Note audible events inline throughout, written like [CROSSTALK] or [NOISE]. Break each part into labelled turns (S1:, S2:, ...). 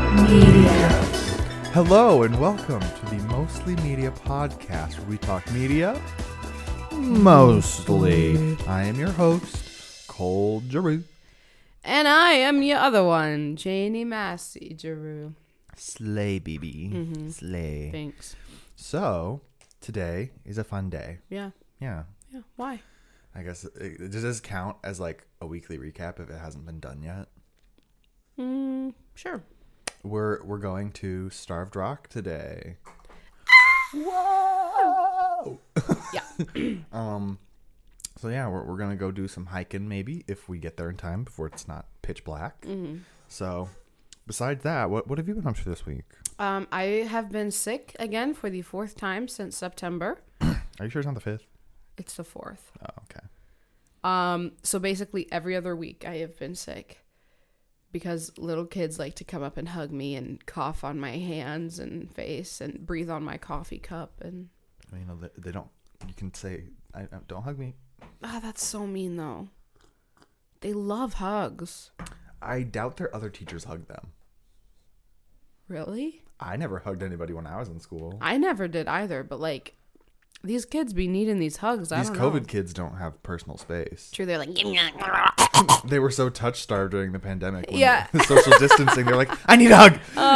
S1: Media.
S2: Hello and welcome to the Mostly Media Podcast, where we talk media mostly. I am your host, Cole Giroux.
S3: And I am your other one, Janie Massey Giroux.
S2: Slay, baby. Slay.
S3: Thanks.
S2: So, today is a fun day.
S3: Yeah.
S2: Yeah.
S3: Yeah. Why?
S2: I guess, it, does this count as like a weekly recap if it hasn't been done yet?
S3: Mm, sure.
S2: We're we're going to Starved Rock today. Whoa!
S3: Yeah.
S2: [LAUGHS] Um, so yeah, we're, we're gonna go do some hiking maybe if we get there in time before it's not pitch black.
S3: Mm-hmm.
S2: So, besides that, what what have you been up to this week?
S3: Um, I have been sick again for the fourth time since September.
S2: Are you sure it's not the fifth?
S3: It's the fourth.
S2: Oh, okay.
S3: Um, so basically every other week I have been sick because little kids like to come up and hug me and cough on my hands and face and breathe on my coffee cup and
S2: I mean, you know, they, they don't. You can say, I, I- "Don't hug me."
S3: ah, that's so mean though. They love hugs.
S2: I doubt their other teachers hug them.
S3: Really?
S2: I never hugged anybody when I was in school.
S3: I never did either, but like these kids be needing these hugs. I
S2: These
S3: don't
S2: COVID
S3: know.
S2: kids don't have personal space.
S3: True, they're like, "Give
S2: [LAUGHS]
S3: me a-"
S2: They were so touch starved during the pandemic. When
S3: Yeah.
S2: the social distancing. They're like, "I need a hug.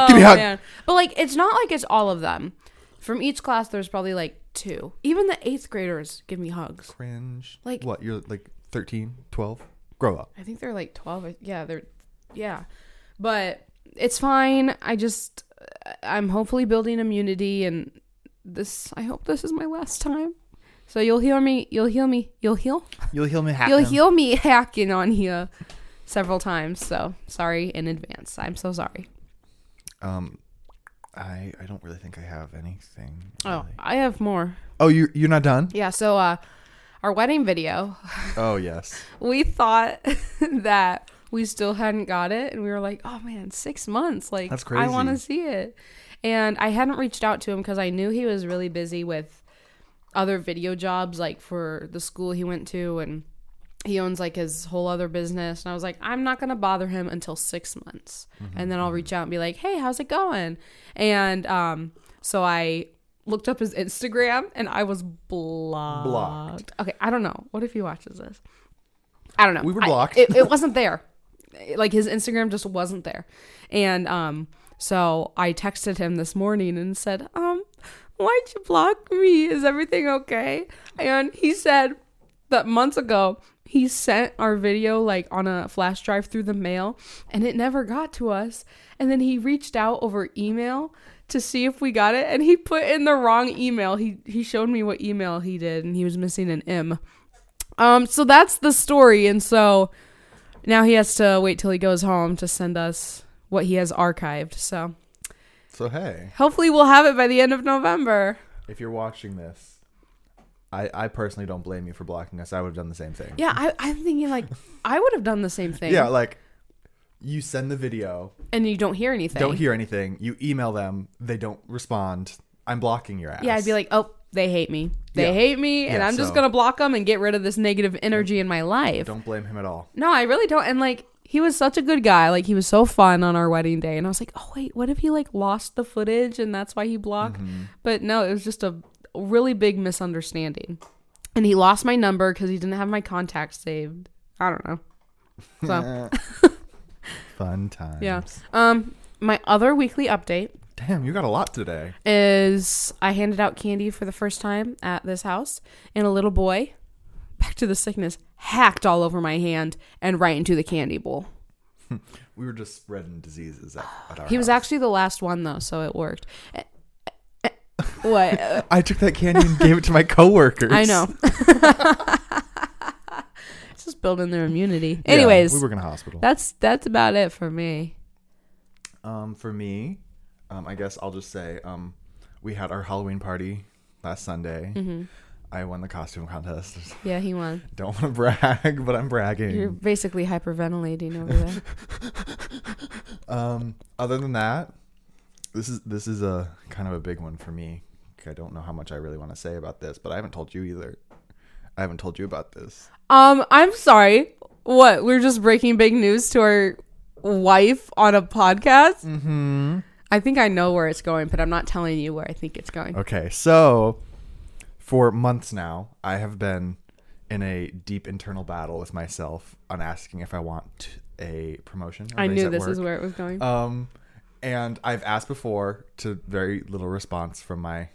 S2: Give me a
S3: [LAUGHS] Oh,
S2: hug."
S3: man. But like, it's not like it's all of them. From each class, there's probably like two. Even the eighth graders give me hugs.
S2: Cringe.
S3: Like-
S2: what? You're like 13, 12? Grow up.
S3: I think they're like twelve. or- Yeah, they're, yeah, but it's fine. I just, I'm hopefully building immunity, and this. I hope this is my last time. So you'll hear me. You'll hear me. You'll heal.
S2: You'll heal me.
S3: You'll hear me [LAUGHS] hacking on here several times, so sorry in advance. I'm so sorry.
S2: Um, I I don't really think I have anything.
S3: Oh,
S2: really.
S3: I have more.
S2: oh, you you're not done?
S3: Yeah, so uh our wedding video,
S2: Oh yes.
S3: we thought [LAUGHS] that we still hadn't got it and we were like, "Oh man, 6 months. Like
S2: That's
S3: I want to
S2: crazy.
S3: see it." And I hadn't reached out to him cuz I knew he was really busy with other video jobs like for the school he went to and he owns like his whole other business and i was like i'm not going to bother him until six months
S2: Mm-hmm,
S3: and then i'll reach out and be like hey how's it going and um so i looked up his instagram and i was blocked,
S2: Blocked.
S3: okay i don't know what if he watches this i don't know
S2: We were
S3: I-
S2: blocked.
S3: it, it wasn't there like his instagram just wasn't there and um so i texted him this morning and said um why'd you block me is everything okay and he said that months ago he sent our video like on a flash drive through the mail and it never got to us and then he reached out over email to see if we got it and he put in the wrong email he he showed me what email he did and he was missing an m um so that's the story and so now he has to wait till he goes home to send us what he has archived so
S2: So hey,
S3: hopefully we'll have it by the end of november
S2: if you're watching this, I I personally don't blame you for blocking us. I would have done the same thing.
S3: yeah I, i'm thinking like i would have done the same thing
S2: Yeah, like you send the video,
S3: and you don't hear anything
S2: don't hear anything. You email them, they don't respond. I'm blocking your ass.
S3: Yeah, I'd be like, oh, they hate me. They
S2: Yeah.
S3: hate me, and
S2: Yeah,
S3: I'm just
S2: so-
S3: gonna block them and get rid of this negative energy in my life.
S2: don't blame him at all.
S3: No, I really don't. And like, he was such a good guy. Like, he was so fun on our wedding day, and I was like, oh wait, what if he like lost the footage and that's why he blocked? But no, it was just a really big misunderstanding, and he lost my number because he didn't have my contact saved. I don't know. So
S2: Fun times.
S3: yeah. Um, my other weekly update
S2: Damn, you got a lot today.
S3: is I handed out candy for the first time at this house, and a little boy, back to the sickness, hacked all over my hand and right into the candy bowl.
S2: We were just spreading diseases at, at our
S3: He was
S2: house.
S3: actually the last one though, so it worked. Eh, eh, eh, What?
S2: I took that candy and gave it to my coworkers.
S3: I know. [LAUGHS] It's Just building their immunity.
S2: Yeah,
S3: Anyways,
S2: we work in a hospital.
S3: that's that's about it for me.
S2: Um, for me, um, I guess I'll just say um, we had our Halloween party last Sunday.
S3: Mm-hmm.
S2: I won the costume contest. [LAUGHS]
S3: Yeah, he won.
S2: Don't want to brag, but I'm bragging.
S3: You're basically hyperventilating over there. [LAUGHS]
S2: Um, other than that, this is this is a kind of a big one for me. I don't know how much I really want to say about this, but I haven't told you either. I haven't told you about this.
S3: Um, I'm sorry. What? We're just breaking big news to our wife on a podcast.
S2: Mm-hmm.
S3: I think I know where it's going, but I'm not telling you where I think it's going.
S2: Okay, so for months now, I have been in a deep internal battle with myself on asking if I want a promotion. a
S3: I
S2: raise
S3: knew
S2: at
S3: this
S2: work.
S3: is where it was going.
S2: Um, and I've asked before to very little response from my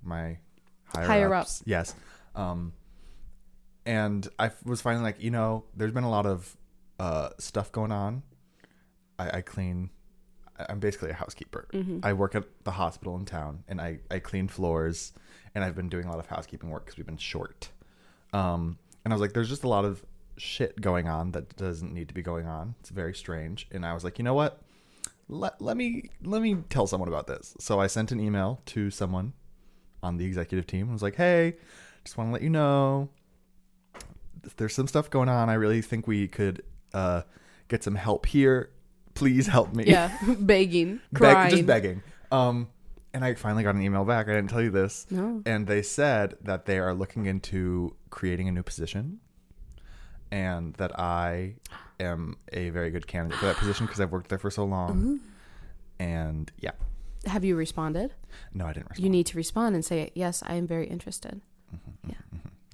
S2: my higher,
S3: Higher
S2: ups. Yes. Um, and I f- was finally like, you know, there's been a lot of uh stuff going on. I, I clean. I- I'm basically a housekeeper. I work at the hospital in town, and I I clean floors, and I've been doing a lot of housekeeping work because we've been short. Um, and I was like, there's just a lot of shit going on that doesn't need to be going on. It's very strange. And I was like, you know what? Let, let me let me tell someone about this. So I sent an email to someone on the executive team and was like, hey, just want to let you know there's some stuff going on. I really think we could uh, get some help here. Please help me.
S3: yeah, [LAUGHS] begging,
S2: Beg-
S3: crying.
S2: just begging. Um, and I finally got an email back. I didn't tell you this.
S3: No.
S2: And they said that they are looking into creating a new position, and that I am a very good candidate for that position because I've worked there for so long. And yeah,
S3: Have you responded?
S2: no, I didn't. Respond.
S3: You need to respond and say, "Yes, I am very interested."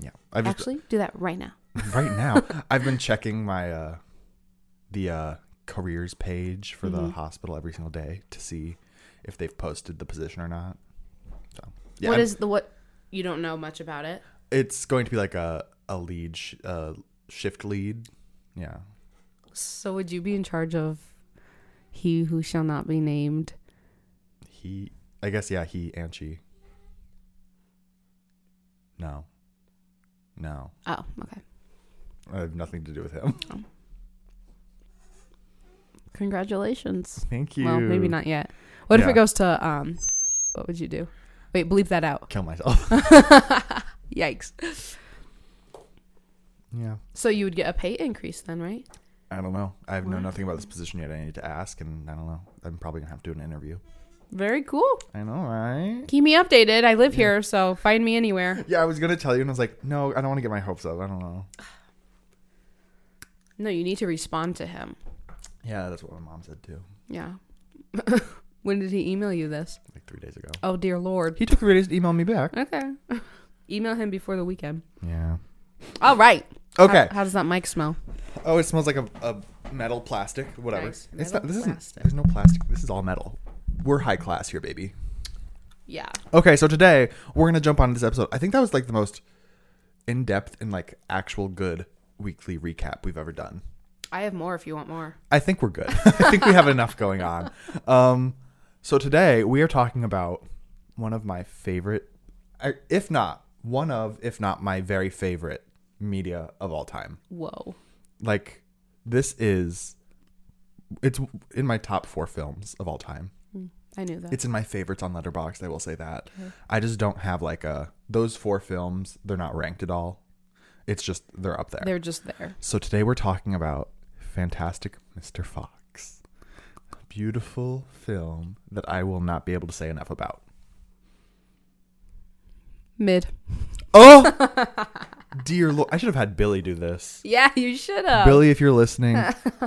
S2: yeah, I've just,
S3: Actually, do that right now.
S2: [LAUGHS] right now
S3: [LAUGHS]
S2: I've been checking my uh, the uh, careers page for
S3: Mm-hmm.
S2: the hospital every single day to see if they've posted the position or not. So yeah,
S3: what
S2: I'm-
S3: is the what? You don't know much about it.
S2: it's going to be like a a lead sh- uh, shift lead. Yeah.
S3: So would you be in charge of he who shall not be named?
S2: He, I guess, yeah, he and she. No. No.
S3: Oh, okay.
S2: I have nothing to do with him.
S3: Congratulations.
S2: [LAUGHS] Thank you.
S3: Well, maybe not yet. What if
S2: Yeah.
S3: it goes to um? What would you do? Wait, bleep that out.
S2: Kill myself. [LAUGHS]
S3: Yikes.
S2: yeah.
S3: So you would get a pay increase then, right?
S2: I don't know. I have know
S3: Wow.
S2: nothing about this position yet. I need to ask, and I don't know. I'm probably gonna have to do an interview.
S3: Very cool.
S2: I know, right?
S3: Keep me updated. I live here, so find me anywhere.
S2: Yeah, I was gonna tell you, and I was like, no, I don't want to get my hopes up. I don't know.
S3: No, you need to respond to him.
S2: Yeah, that's what my mom said too,
S3: Yeah. [LAUGHS] when did he email you this?
S2: like three days ago.
S3: Oh dear lord.
S2: He took three days to email me back.
S3: Okay. email him before the weekend.
S2: Yeah.
S3: All right.
S2: Okay.
S3: How, how does that mic smell?
S2: Oh, it smells like a, a metal plastic, whatever.
S3: Nice.
S2: It's
S3: Metal
S2: not. This
S3: plastic.
S2: isn't. There's no plastic. This is all metal. We're high class here, baby.
S3: Yeah.
S2: Okay, so today we're gonna jump on this episode. I think that was like the most in depth and like actual good weekly recap we've ever done.
S3: I have more if you want more.
S2: I think we're good. [LAUGHS] I think we have enough going on. Um, so today we are talking about one of my favorite, I- if not one of, if not my very favorite media of all time.
S3: Whoa.
S2: like this is it's in my top four films of all time
S3: I knew that.
S2: it's in my favorites on letterboxd i will say that i just don't have like a those four films they're not ranked at all it's just they're up there
S3: They're just there.
S2: so today we're talking about fantastic mr fox a beautiful film that i will not be able to say enough about
S3: Mid.
S2: oh dear lord i should have had billy do this
S3: Yeah, you should have.
S2: Billy, if you're listening,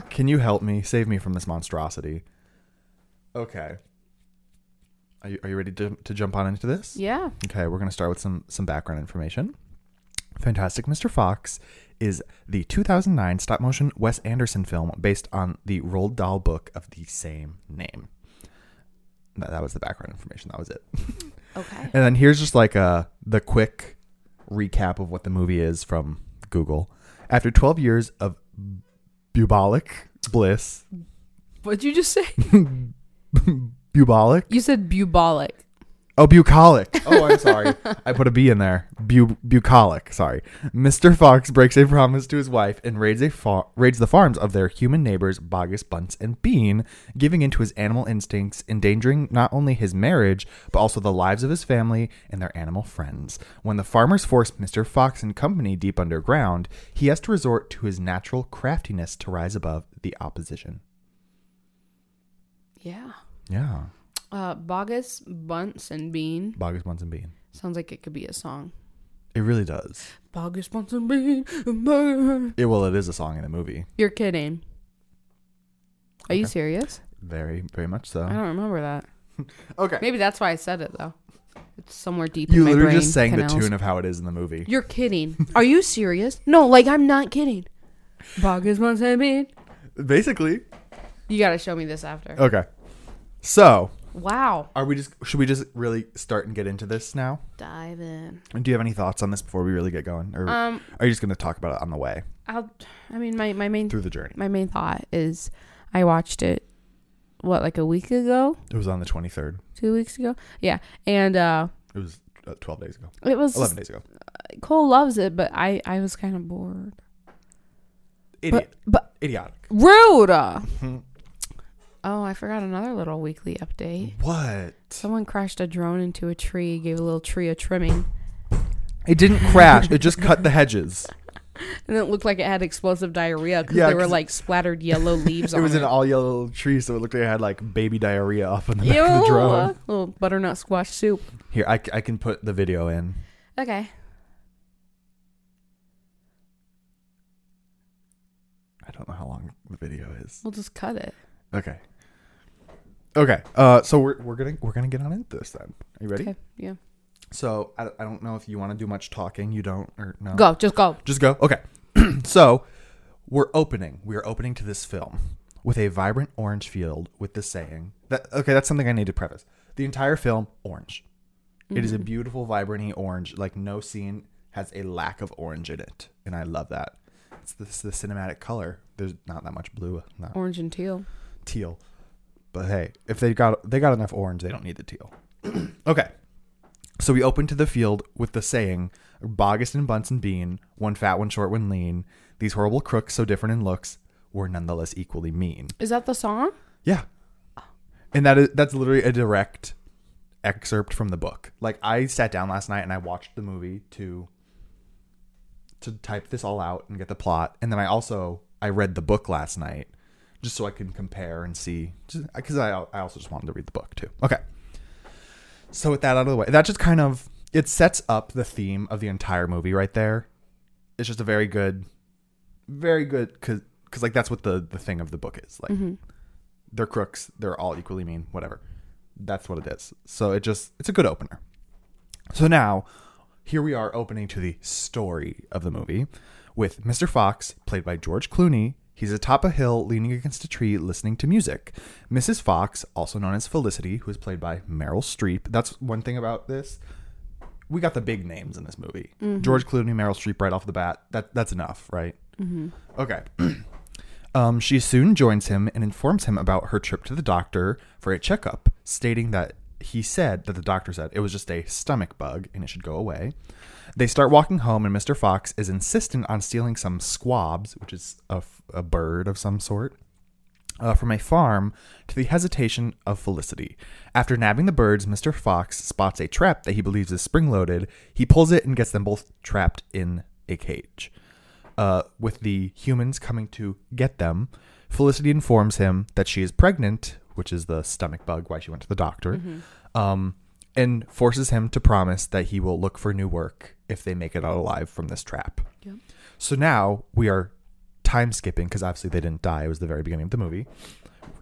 S2: can you help me? Save me from this monstrosity. Okay. Are you, are you ready to, to jump on into this?
S3: Yeah.
S2: Okay, we're going to start with some, some background information. Fantastic Mr. Fox is the 2009 stop motion Wes Anderson film based on the Roald Dahl book of the same name. That, that was the background information. That was it. [LAUGHS]
S3: Okay.
S2: And then here's just like a the quick recap of what the movie is from Google. After 12 years of bubolic bliss, [LAUGHS]
S3: What'd you just say?
S2: bubolic.
S3: You said bubolic.
S2: Oh, bucolic. [LAUGHS] Oh, I'm sorry. I put a B in there. Bu- bucolic. Sorry. Mr. Fox breaks a promise to his wife and raids a fa- raids the farms of their human neighbors Bogus, Bunce, and Bean, giving in to his animal instincts, endangering not only his marriage but also the lives of his family and their animal friends. When the farmers force Mr. Fox and company deep underground, he has to resort to his natural craftiness to rise above the opposition.
S3: Yeah.
S2: Yeah,
S3: Uh, Bogus Bunce and Bean
S2: Bogus, Bunce, and Bean.
S3: sounds like it could be a song.
S2: It really does.
S3: Bogus Bunce and Bean. and Bean.
S2: It, well, it is a song in the movie.
S3: You're kidding. Are you serious?
S2: Very, very much so.
S3: I don't remember that.
S2: Okay.
S3: Maybe that's why I said it though. It's somewhere deep.
S2: you
S3: in my
S2: literally
S3: brain
S2: just sang
S3: canals.
S2: the tune of how it is in the movie.
S3: You're kidding. [LAUGHS] Are you serious? No, like I'm not kidding. Bog is my semen.
S2: Basically.
S3: You gotta show me this after.
S2: Okay. So,
S3: Wow.
S2: are we just should we just really start and get into this now?
S3: Dive in.
S2: And do you have any thoughts on this before we really get going, or
S3: Um,
S2: are you just going to talk about it on the way
S3: I'll. I mean, my my main
S2: through the journey?
S3: my main thought is, I watched it. What like a week ago,
S2: It was on the twenty third.
S3: two weeks ago, yeah, and uh,
S2: It was uh, twelve days ago,
S3: it was
S2: eleven days ago.
S3: Cole loves it, but I I was kind of bored.
S2: Idiot,
S3: But Eh.
S2: idiotic.
S3: rude. oh, I forgot another little weekly update.
S2: What?
S3: Someone crashed a drone into a tree, gave a little tree a trimming,
S2: It didn't crash. it just cut the
S3: [LAUGHS]
S2: hedges.
S3: and it looked like it had explosive diarrhea because
S2: Yeah,
S3: there were
S2: 'cause-
S3: like splattered yellow
S2: [LAUGHS]
S3: leaves
S2: It
S3: on
S2: was
S3: it.
S2: an all yellow tree, so it looked like it had like baby diarrhea up in the back of the
S3: Ew,
S2: drone.
S3: little butternut squash soup.
S2: Here, I, c- I can put the video in.
S3: Okay.
S2: I don't know how long the video is.
S3: We'll just cut it.
S2: Okay. Okay. Uh, so we're we're gonna we're gonna get on into this then. Are you ready?
S3: Okay. Yeah.
S2: So I, I don't know if you want to do much talking. You don't or no?
S3: Go. Just go.
S2: Just go. Okay. [CLEARS THROAT] so we're opening. We are opening to this film with a vibrant orange field with the saying that okay, that's something I need to preface. The entire film, orange. It
S3: Mm-hmm.
S2: is a beautiful, vibranty orange. Like no scene has a lack of orange in it. And I love that. It's this the cinematic color. There's not that much blue, not
S3: Orange and teal.
S2: teal. But hey, if they got they got enough orange, they don't need the teal. [CLEARS THROAT] okay. So we open to the field with the saying, Bogus and Bunsen Bean, one fat, one short, one lean, these horrible crooks so different in looks were nonetheless equally mean.
S3: Is that the song?
S2: Yeah. And that is that's literally a direct excerpt from the book. Like I sat down last night and I watched the movie to to type this all out and get the plot. And then I also I read the book last night just so I can compare and see cuz I I also just wanted to read the book too. Okay. So with that out of the way, that just kind of it sets up the theme of the entire movie right there. It's just a very good very good cuz cuz like that's what the the thing of the book is. Like they're crooks they're all equally mean whatever that's what it is so it just it's a good opener so now here we are opening to the story of the movie with mr fox played by george clooney he's atop a hill leaning against a tree listening to music mrs fox also known as felicity who is played by meryl streep that's one thing about this we got the big names in this movie george clooney meryl streep right off the bat that that's enough right okay um, she soon joins him and informs him about her trip to the doctor for a checkup, stating that he said that the doctor said it was just a stomach bug and it should go away. They start walking home, and Mr. Fox is insistent on stealing some squabs, which is a, f- a bird of some sort, uh, from a farm to the hesitation of Felicity. After nabbing the birds, Mr. Fox spots a trap that he believes is spring loaded. He pulls it and gets them both trapped in a cage uh, with the humans coming to get them, Felicity informs him that she is pregnant, which is the stomach bug why she went to the doctor, um, and forces him to promise that he will look for new work if they make it out alive from this trap.
S3: Yep.
S2: So now we are time skipping because obviously they didn't die. It was the very beginning of the movie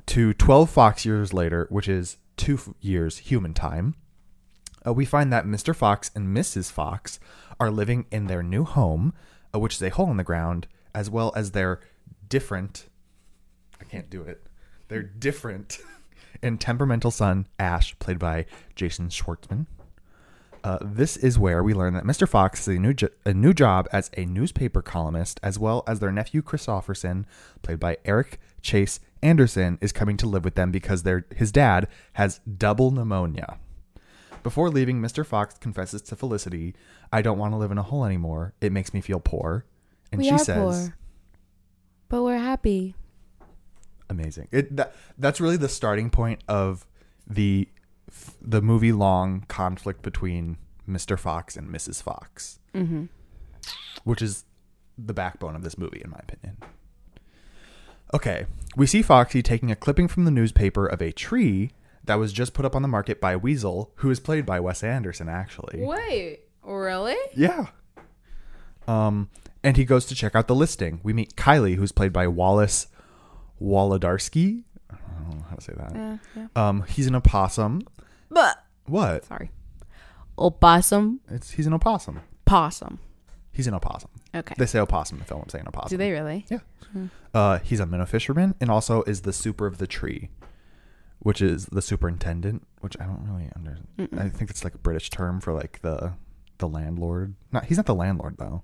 S2: to 12 fox years later, which is two f- years human time, uh, we find that Mr. Fox and Mrs. Fox are living in their new home, uh, which is a hole in the ground, as well as their different. I can't do it. They're different [LAUGHS] and temperamental son, Ash, played by Jason Schwartzman. Uh, this is where we learn that Mr. Fox is a new, jo- a new job as a newspaper columnist, as well as their nephew Christopherson, played by Eric Chase Anderson, is coming to live with them because their his dad has double pneumonia. Before leaving, Mr. Fox confesses to Felicity, "I don't want to live in a hole anymore. It makes me feel poor." And she says,
S3: but we're happy.
S2: amazing. It that, that's really the starting point of the f- the movie long conflict between Mr. Fox and Mrs. Fox,
S3: Mm-hmm.
S2: which is the backbone of this movie, in my opinion. Okay, we see Foxy taking a clipping from the newspaper of a tree that was just put up on the market by Weasel, who is played by Wes Anderson, actually.
S3: Wait, really?
S2: Yeah. Um, and he goes to check out the listing. We meet Kylie, who's played by Wallace Wolodarski, how to say that.
S3: Yeah, yeah.
S2: Um, he's an opossum.
S3: But
S2: What?
S3: sorry, opossum,
S2: It's he's an opossum.
S3: possum.
S2: He's an opossum.
S3: Okay.
S2: They say opossum in the film. I'm saying opossum.
S3: Do they really?
S2: Yeah. Uh, he's a minnow fisherman and also is the super of the tree, which is the superintendent, which I don't really under. I think it's like a British term for like the the landlord. Not he's not the landlord though.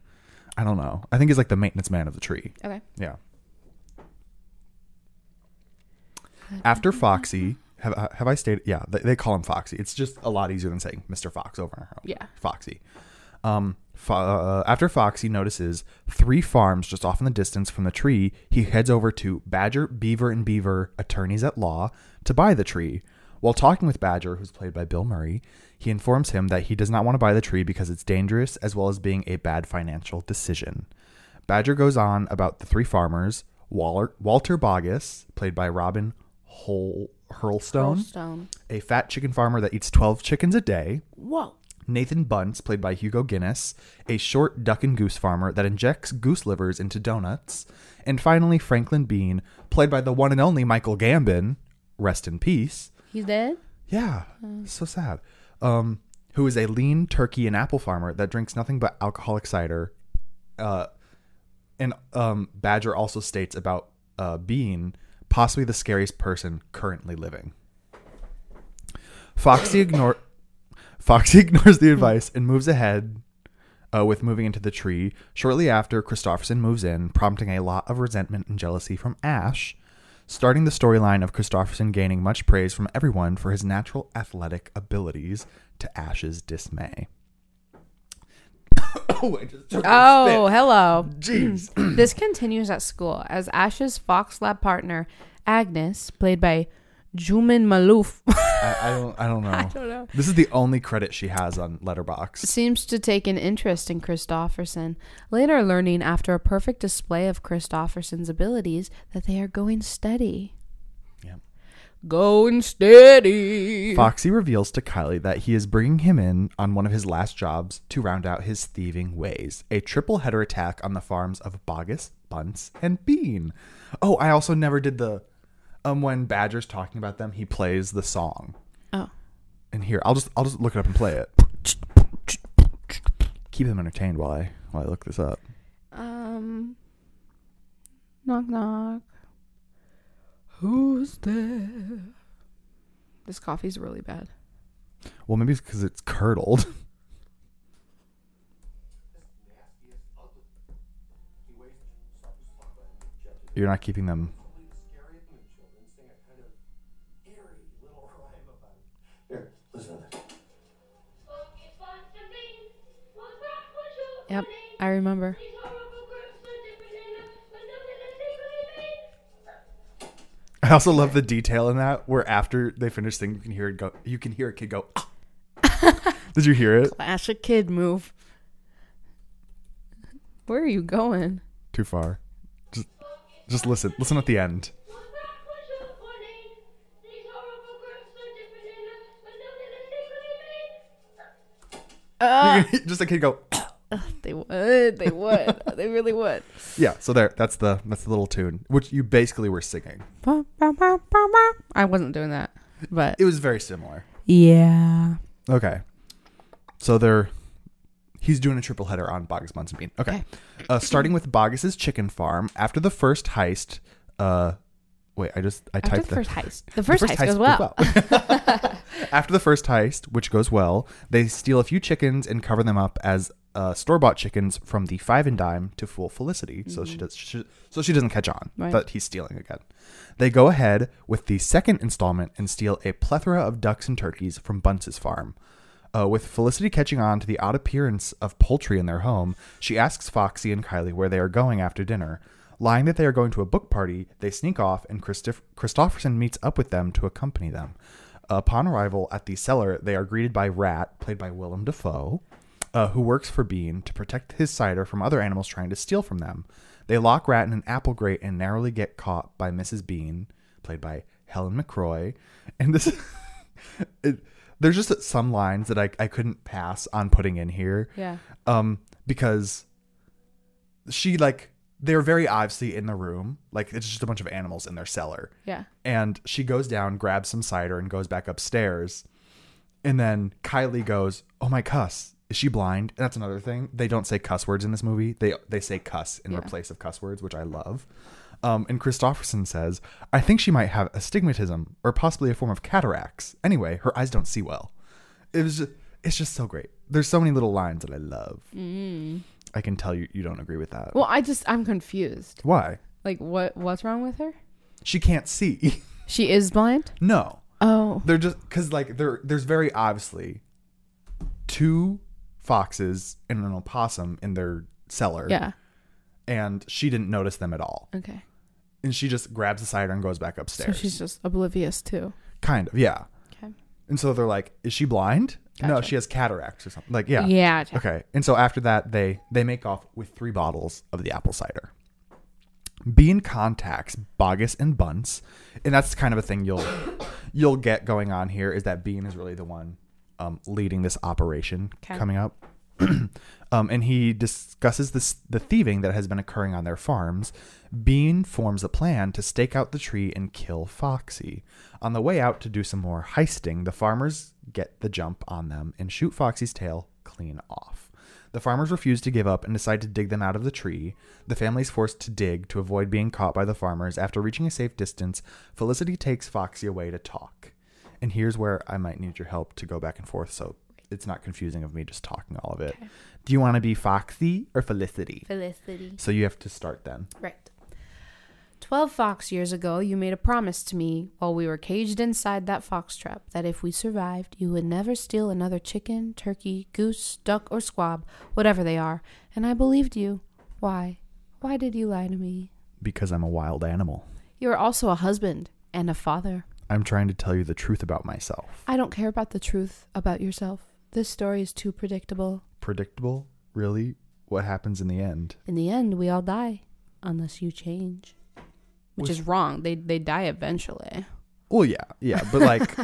S2: I don't know. I think he's like the maintenance man of the tree.
S3: Okay.
S2: Yeah. After Foxy, have I, have I stated? Yeah, they, they call him Foxy. It's just a lot easier than saying Mr. Fox over and over.
S3: Yeah.
S2: Foxy. Um, fo- uh, after Foxy notices three farms just off in the distance from the tree, he heads over to Badger, Beaver, and Beaver, attorneys at law, to buy the tree. While talking with Badger, who's played by Bill Murray, he informs him that he does not want to buy the tree because it's dangerous as well as being a bad financial decision. Badger goes on about the three farmers, Waller, Walter Boggess, played by Robin Hol- Hurlstone,
S3: Stone.
S2: a fat chicken farmer that eats 12 chickens a day,
S3: Whoa.
S2: Nathan Bunce, played by Hugo Guinness, a short duck and goose farmer that injects goose livers into donuts, and finally Franklin Bean, played by the one and only Michael Gambon, rest in peace.
S3: He's dead.
S2: Yeah, so sad. Um, who is a lean turkey and apple farmer that drinks nothing but alcoholic cider. Uh, and um, Badger also states about uh, Bean, possibly the scariest person currently living. Foxy ignore Foxy [LAUGHS] ignores the advice and moves ahead uh, with moving into the tree. Shortly after, Christofferson moves in, prompting a lot of resentment and jealousy from Ash, starting the storyline of Christofferson gaining much praise from everyone for his natural athletic abilities to Ash's dismay. [COUGHS] oh, I just took
S3: Oh, hello.
S2: a spit. Jeez.
S3: this continues at school as Ash's Fox Lab partner, Agnes, played by Juman Malouf,
S2: I, I don't. I
S3: [LAUGHS]
S2: don't know.
S3: don't know.
S2: This is the only credit she has on Letterbox.
S3: [LAUGHS] seems to take an interest in Christofferson, later learning after a perfect display of Christofferson's abilities that they are going steady.
S2: Yeah.
S3: Going steady.
S2: Foxy reveals to Kylie that he is bringing him in on one of his last jobs to round out his thieving ways. A triple header attack on the farms of Bogus, Bunce, and Bean. Oh, I also never did the um when Badger's talking about them, he plays the song.
S3: Oh.
S2: And here, I'll just I'll just look it up and play it. Keep them entertained while I while I look this up.
S3: Um. Knock knock. Who's there? This coffee's really bad.
S2: Well, maybe it's because it's curdled. [LAUGHS] You're not keeping them.
S3: Yep, I remember.
S2: I also love the detail in that, where after they finish singing, you can hear it go. You can hear a kid go. "Ah." Did you hear it?
S3: Flash a kid move. Where are you going?
S2: Too far. Just, just listen. Listen at the end.
S3: Ah!
S2: just a kid go. "Ah."
S3: [LAUGHS] They would. They [LAUGHS] would. they really would.
S2: Yeah. So there. That's the that's the little tune, which you basically were singing.
S3: I wasn't doing that, but
S2: It was very similar.
S3: yeah.
S2: Okay. So they're he's doing a triple header on Bogus Munson Bean. Okay. Uh, starting with Bogus's chicken farm. After the first heist, uh wait, I just I
S3: After
S2: typed
S3: [LAUGHS] the first heist, the first, heist,
S2: goes
S3: goes well.
S2: well. [LAUGHS] After the first heist, which goes well, they steal a few chickens and cover them up as uh, store-bought chickens from the five and dime to fool Felicity, so she does, she, so she doesn't catch on
S3: Mm-hmm. Right.
S2: that he's stealing again. They go ahead with the second installment and steal a plethora of ducks and turkeys from Bunce's farm. Uh, with Felicity catching on to the odd appearance of poultry in their home, she asks Foxy and Kylie where they are going after dinner. Lying that they are going to a book party, they sneak off, and Christoph- Christofferson meets up with them to accompany them. Upon arrival at the cellar, they are greeted by Rat, played by Willem Dafoe, uh, who works for Bean to protect his cider from other animals trying to steal from them. They lock Rat in an apple grate and narrowly get caught by Mrs. Bean, played by Helen McCroy. And this, it, there's just some lines that I, I couldn't pass on putting in here
S3: Yeah.
S2: um because she like they're very obviously in the room. Like it's just a bunch of animals in their cellar.
S3: Yeah.
S2: And she goes down, grabs some cider, and goes back upstairs. And then Kylie goes, "Oh my cuss, is she blind?" That's another thing. They don't say cuss words in this movie. They they say cuss in place of cuss words, which I love. Um, and Christofferson says, "I think she might have astigmatism or possibly a form of cataracts. Anyway, her eyes don't see well." It was just, it's just so great. There's so many little lines that I love.
S3: Mm-hmm.
S2: I can tell you you don't agree with that.
S3: Mm. Well, I just I'm confused.
S2: Why?
S3: Like what what's wrong with her?
S2: She can't see. [LAUGHS]
S3: She is blind?
S2: no.
S3: Oh.
S2: They're just because like there there's very obviously two foxes and an opossum in their cellar,
S3: Yeah.
S2: and she didn't notice them at all,
S3: Okay.
S2: and she just grabs the cider and goes back
S3: So
S2: upstairs.
S3: she's just oblivious too.
S2: kind of yeah,
S3: Okay.
S2: and so they're like, is she blind? No,
S3: Gotcha.
S2: she has cataracts or something. Like
S3: Yeah.
S2: yeah, okay. And so after that, they they make off with three bottles of the apple cider. Bean contacts Bogus and Bunce, and that's kind of a thing you'll you'll get going on here is that Bean is really the one um, leading this operation
S3: Okay.
S2: coming up, um, and he discusses this the thieving that has been occurring on their farms. Bean forms a plan to stake out the tree and kill Foxy. On the way out to do some more heisting, the farmers get the jump on them and shoot Foxy's tail clean off. The farmers refuse to give up and decide to dig them out of the tree. The family is forced to dig to avoid being caught by the farmers. After reaching a safe distance, Felicity takes Foxy away to talk. And here's where I might need your help to go back and forth so it's not confusing of me just talking all of it. Do you want to be Foxy or Felicity?
S3: Felicity.
S2: So you have to start then.
S3: Right. Twelve fox years ago, you made a promise to me while we were caged inside that fox trap that if we survived, you would never steal another chicken, turkey, goose, duck, or squab, whatever they are. And I believed you. Why? Why did you lie to me?
S2: Because I'm a wild animal.
S3: You are also a husband and a father.
S2: I'm trying to tell you the truth about myself.
S3: I don't care about the truth about yourself. This story is too predictable.
S2: Predictable? Really? What happens in the end?
S3: In the end, we all die, unless you change. Which
S2: Which-
S3: is wrong. They they die eventually.
S2: Well, yeah, yeah, but
S3: [LAUGHS]
S2: like,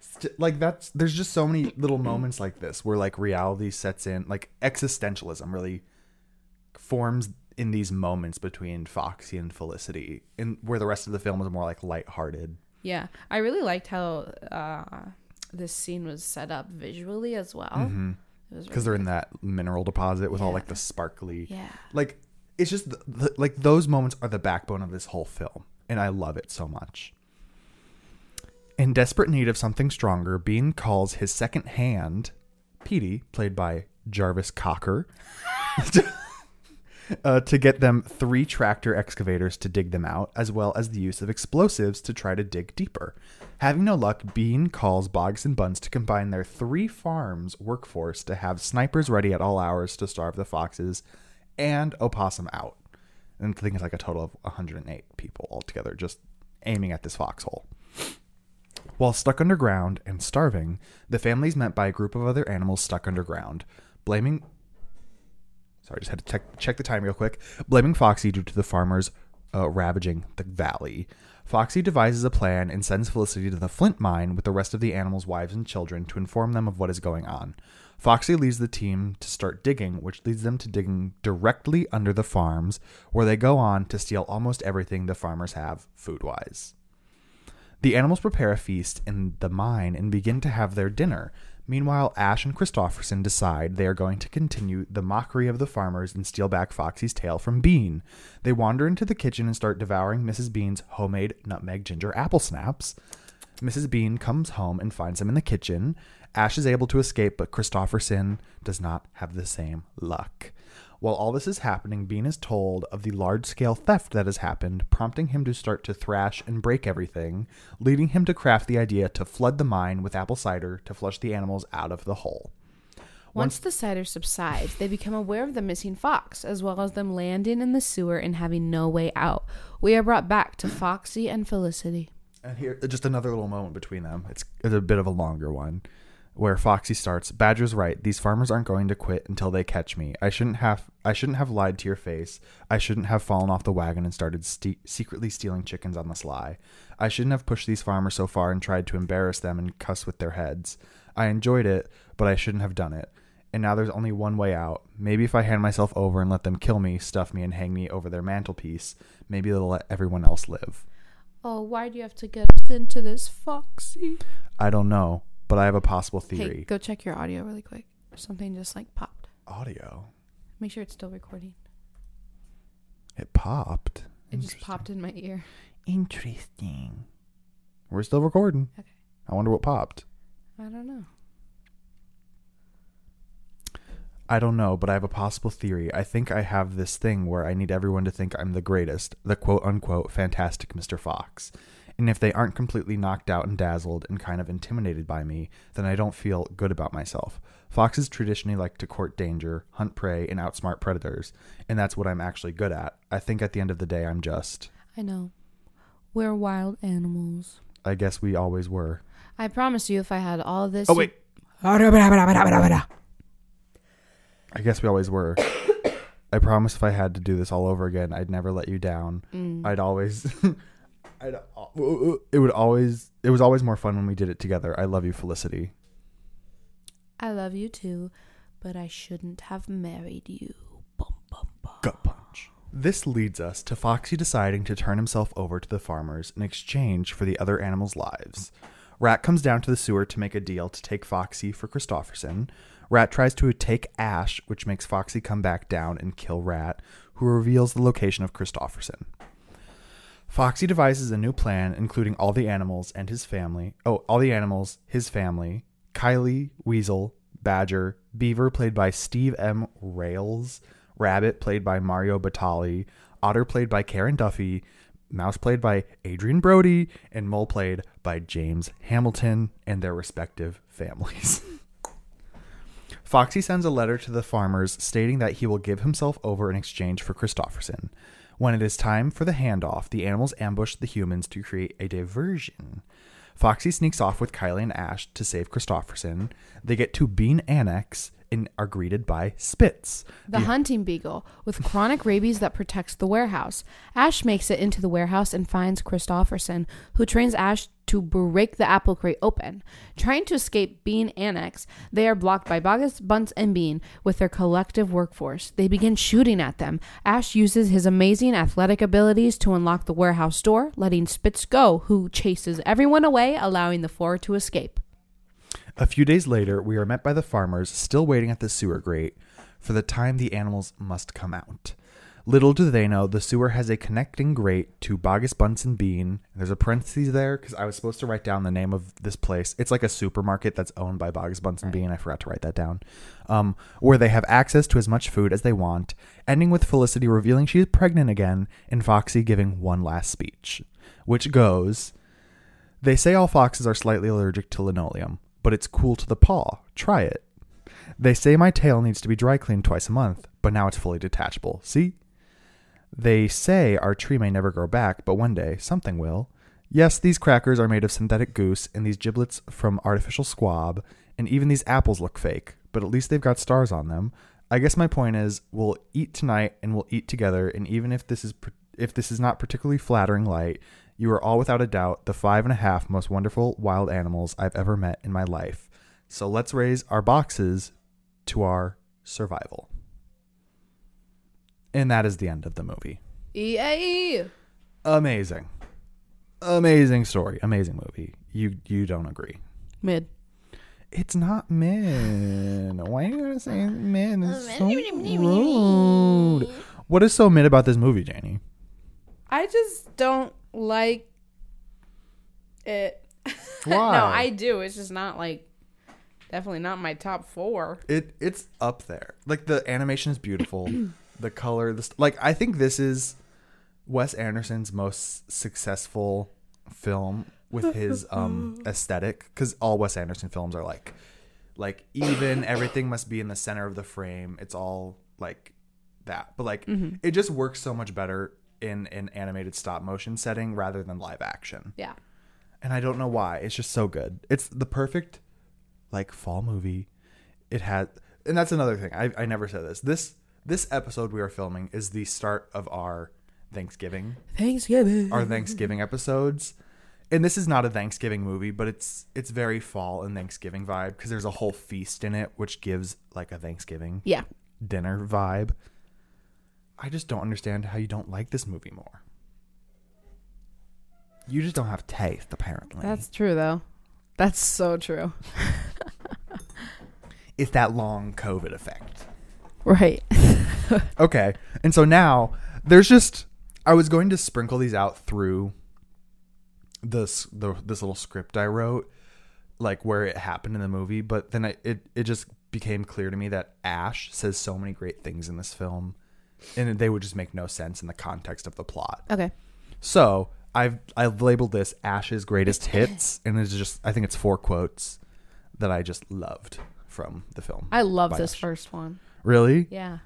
S2: st- like that's there's just so many little moments like this where like reality sets in, like existentialism really forms in these moments between Foxy and Felicity, and where the rest of the film is more like lighthearted.
S3: Yeah, I really liked how uh, this scene was set up visually as well. It was
S2: because they're in that mineral deposit with all like the sparkly
S3: Yeah.
S2: like it's just the, the, like those moments are the backbone of this whole film and i love it so much in desperate need of something stronger bean calls his second hand Petey, played by jarvis cocker uh, to get them three tractor excavators to dig them out, as well as the use of explosives to try to dig deeper. Having no luck, Bean calls Boggs and Buns to combine their three farms' workforce to have snipers ready at all hours to starve the foxes and opossum out. And I think it's like a total of 108 people altogether just aiming at this foxhole. While stuck underground and starving, the family's met by a group of other animals stuck underground, blaming Sorry, just had to check check the time real quick. Blaming Foxy due to the farmers uh, ravaging the valley. Foxy devises a plan and sends Felicity to the Flint mine with the rest of the animals' wives and children to inform them of what is going on. Foxy leads the team to start digging, which leads them to digging directly under the farms, where they go on to steal almost everything the farmers have food wise. The animals prepare a feast in the mine and begin to have their dinner. Meanwhile, Ash and Christofferson decide they are going to continue the mockery of the farmers and steal back Foxy's tail from Bean. They wander into the kitchen and start devouring Mrs. Bean's homemade nutmeg ginger apple snaps. Mrs. Bean comes home and finds him in the kitchen. Ash is able to escape, but Christofferson does not have the same luck. While all this is happening, Bean is told of the large scale theft that has happened, prompting him to start to thrash and break everything, leading him to craft the idea to flood the mine with apple cider to flush the animals out of the hole.
S3: Once the cider subsides, they become aware of the missing fox, as well as them landing in the sewer and having no way out. We are brought back to Foxy and Felicity.
S2: And here, just another little moment between them. It's, it's a bit of a longer one where Foxy starts. Badger's right. These farmers aren't going to quit until they catch me. I shouldn't have. I shouldn't have lied to your face. I shouldn't have fallen off the wagon and started ste- secretly stealing chickens on the sly. I shouldn't have pushed these farmers so far and tried to embarrass them and cuss with their heads. I enjoyed it, but I shouldn't have done it. and now there's only one way out. Maybe if I hand myself over and let them kill me, stuff me, and hang me over their mantelpiece, maybe they'll let everyone else live.
S3: Oh, why do you have to get into this, Foxy?
S2: I don't know, but I have a possible
S3: Hey,
S2: theory.
S3: go check your audio really quick. Something just like popped.
S2: Audio.
S3: Make sure it's still recording.
S2: It popped.
S3: It just popped in my ear.
S2: Interesting. We're still recording.
S3: Okay.
S2: I wonder what popped.
S3: I don't know.
S2: I don't know, but I have a possible theory. I think I have this thing where I need everyone to think I'm the greatest, the quote unquote fantastic Mr. Fox. And if they aren't completely knocked out and dazzled and kind of intimidated by me, then I don't feel good about myself. Foxes traditionally like to court danger, hunt prey, and outsmart predators, and that's what I'm actually good at. I think at the end of the day, I'm just.
S3: I know. We're wild animals.
S2: I guess we always were.
S3: I promise you, if I had all this.
S2: Oh, wait.
S3: I
S2: I guess we always were. [COUGHS] I promise if I had to do this all over again, I'd never let you down. I'd always. [LAUGHS] I'd, uh, al- it would always. It was always more fun when we did it together. I love you, Felicity.
S3: love you too, but I shouldn't have married you.
S2: Gut punch. This leads us to Foxy deciding to turn himself over to the farmers in exchange for the other animals' lives. Rat comes down to the sewer to make a deal to take Foxy for Christofferson. Rat tries to take Ash, which makes Foxy come back down and kill Rat, who reveals the location of Christofferson. Foxy devises a new plan, including all the animals and his family. Oh, all the animals, his family, Kylie, Weasel, Badger, Beaver, played by Steve M. Rails, Rabbit, played by Mario Batali, Otter, played by Karen Duffy, Mouse, played by Adrian Brody, and Mole, played by James Hamilton, and their respective families. [LAUGHS] Foxy sends a letter to the farmers stating that he will give himself over in exchange for Christofferson. When it is time for the handoff, the animals ambush the humans to create a diversion. Foxy sneaks off with Kylie and Ash to save Christofferson. They get to Bean Annex and are greeted by Spitz.
S3: The hunting beagle, with chronic rabies that protects the warehouse. Ash makes it into the warehouse and finds Christofferson, who trains Ash to break the apple crate open. Trying to escape Bean Annex, they are blocked by Bogus, Bunce, and Bean with their collective workforce. They begin shooting at them. Ash uses his amazing athletic abilities to unlock the warehouse door, letting Spitz go, who chases everyone away, allowing the four to escape.
S2: A few days later, we are met by the farmers still waiting at the sewer grate for the time the animals must come out. Little do they know, the sewer has a connecting grate to Bogus Bunsen Bean. There's a parentheses there because I was supposed to write down the name of this place. It's like a supermarket that's owned by Bogus Bunsen Bean. I forgot to write that down. Um, where they have access to as much food as they want, ending with Felicity revealing she is pregnant again and Foxy giving one last speech, which goes. They say all foxes are slightly allergic to linoleum, but it's cool to the paw. Try it. They say my tail needs to be dry cleaned twice a month, but now it's fully detachable. See? They say our tree may never grow back, but one day something will. Yes, these crackers are made of synthetic goose and these giblets from artificial squab, and even these apples look fake, but at least they've got stars on them. I guess my point is we'll eat tonight and we'll eat together, and even if this is pr- if this is not particularly flattering light, you are all without a doubt the five and a half most wonderful wild animals I've ever met in my life. So let's raise our boxes to our survival. And that is the end of the movie.
S3: EAE!
S2: Amazing. Amazing story. Amazing movie. You you don't agree.
S3: Mid.
S2: It's not mid. Why are you gonna say it's mid?
S3: Oh,
S2: It's so rude. What is so mid about this movie, Janie?
S3: I just don't like it.
S2: Why?
S3: [LAUGHS] no, I do. It's just not like definitely not my top four.
S2: It it's up there. Like the animation is beautiful, the color, the st- like I think this is Wes Anderson's most successful film with his um aesthetic cuz all Wes Anderson films are like like even everything must be in the center of the frame. It's all like that. But like it just works so much better in an animated stop motion setting rather than live action.
S3: Yeah.
S2: And I don't know why. It's just so good. It's the perfect like fall movie. It had and that's another thing. I, I never said this. This this episode we are filming is the start of our Thanksgiving.
S3: Thanksgiving.
S2: Our Thanksgiving episodes. and this is not a Thanksgiving movie, but it's it's very fall and Thanksgiving vibe because there's a whole feast in it, which gives like a Thanksgiving
S3: Yeah.
S2: dinner vibe. I just don't understand how you don't like this movie more. You just don't have taste, apparently.
S3: That's true though. That's so true.
S2: it's that long COVID effect.
S3: Right.
S2: Okay. And so now there's just I was going to sprinkle these out through this the, this little script I wrote like where it happened in the movie, but then I, it it just became clear to me that Ash says so many great things in this film and they would just make no sense in the context of the plot.
S3: Okay.
S2: So, I've I've labeled this Ash's greatest hits and it's just I think it's four quotes that I just loved from the film.
S3: I love
S2: By
S3: this
S2: Ash.
S3: first one.
S2: Really?
S3: Yeah.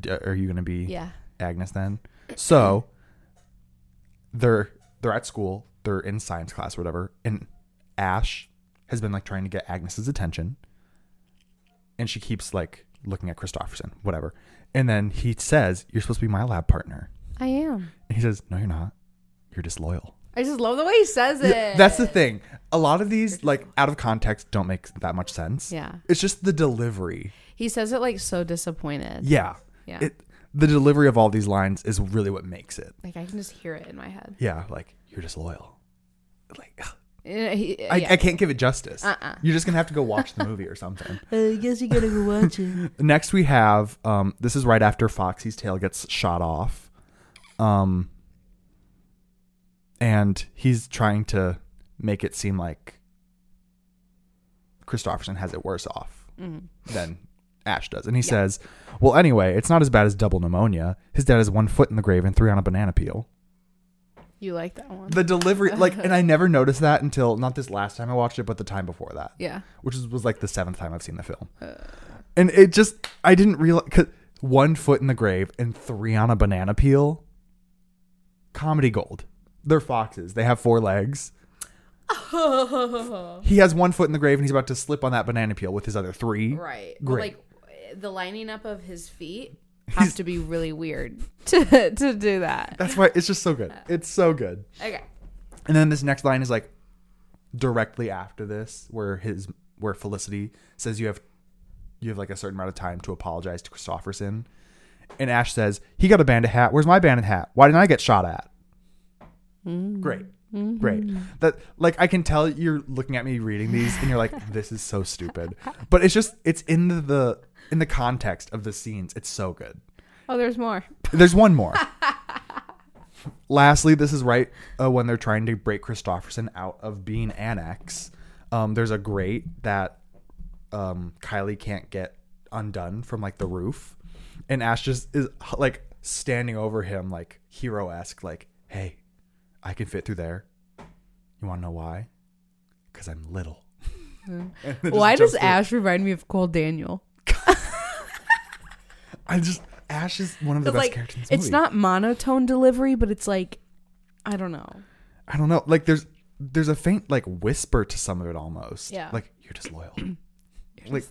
S2: D- Are you going to be
S3: Yeah.
S2: Agnes then. So they're they're at school, they're in science class or whatever, and Ash has been like trying to get Agnes's attention. And she keeps like looking at Christofferson, whatever. And then he says, You're supposed to be my lab partner.
S3: I am.
S2: And he says, No, you're not. You're disloyal.
S3: I just love the way he says it.
S2: Th- That's the thing. A lot of these, like out of context, don't make that much sense.
S3: Yeah.
S2: It's just the delivery.
S3: He says it like so disappointed.
S2: Yeah.
S3: Yeah.
S2: It, the delivery of all these lines is really what makes it.
S3: Like I can just hear it in my head.
S2: yeah, like you're disloyal. Like ugh,
S3: Uh, he-
S2: I,
S3: yeah.
S2: I can't give it justice.
S3: Uh-uh.
S2: You're just gonna have to go watch the movie or something. [LAUGHS]
S1: I guess you gotta go watch it.
S2: Next, we have um, this is right after Foxy's tail gets shot off, um, and he's trying to make it seem like Christofferson has it worse off
S3: Mm-hmm.
S2: than Ash does, and he says, "Well, anyway, it's not as bad as double pneumonia. His dad is one foot in the grave and three on a banana peel."
S3: [LAUGHS] You like that one?
S2: the delivery like and i never noticed that until not this last time i watched it but the time before that
S3: yeah. [LAUGHS]
S2: which is, was like the seventh time i've seen the film and it just i didn't realize cause one foot in the grave and three on a banana peel comedy gold they're foxes they have four legs he has one foot in the grave and he's about to slip on that banana peel with his other three
S3: Right. But,
S2: Great.
S3: Like the lining up of
S2: [LAUGHS]
S3: his feet has to be really weird [LAUGHS] to to do that.
S2: that's why it's just so good it's so good
S3: Okay.
S2: And then this next line is like directly after this, where his where Felicity says you have you have like a certain amount of time to apologize to Christofferson. And Ash says, He got a bandit hat. Where's my bandit hat? Why didn't I get shot at? Great. Great. That like I can tell you're looking at me reading these and you're like, [LAUGHS] this is so stupid. But it's just it's in the, the in the context of the scenes. It's so good.
S3: Oh, there's more.
S2: There's one more. [LAUGHS] Lastly, this is right uh, when they're trying to break Christofferson out of being annex. Um, there's a grate that um, Kylie can't get undone from like the roof, and Ash just is like standing over him, like hero esque, like, "Hey, I can fit through there. You want to know why? Because I'm little." And then
S3: Why
S2: just
S3: does
S2: jumps through.
S3: Ash remind me of Cole Daniel?
S2: I just Ash is one of the best
S3: like
S2: characters. In this
S3: it's
S2: movie.
S3: not monotone delivery, but it's like I don't know.
S2: I don't know. Like there's there's a faint like whisper to some of it almost.
S3: Yeah.
S2: Like you're [CLEARS THROAT] disloyal.
S3: Like,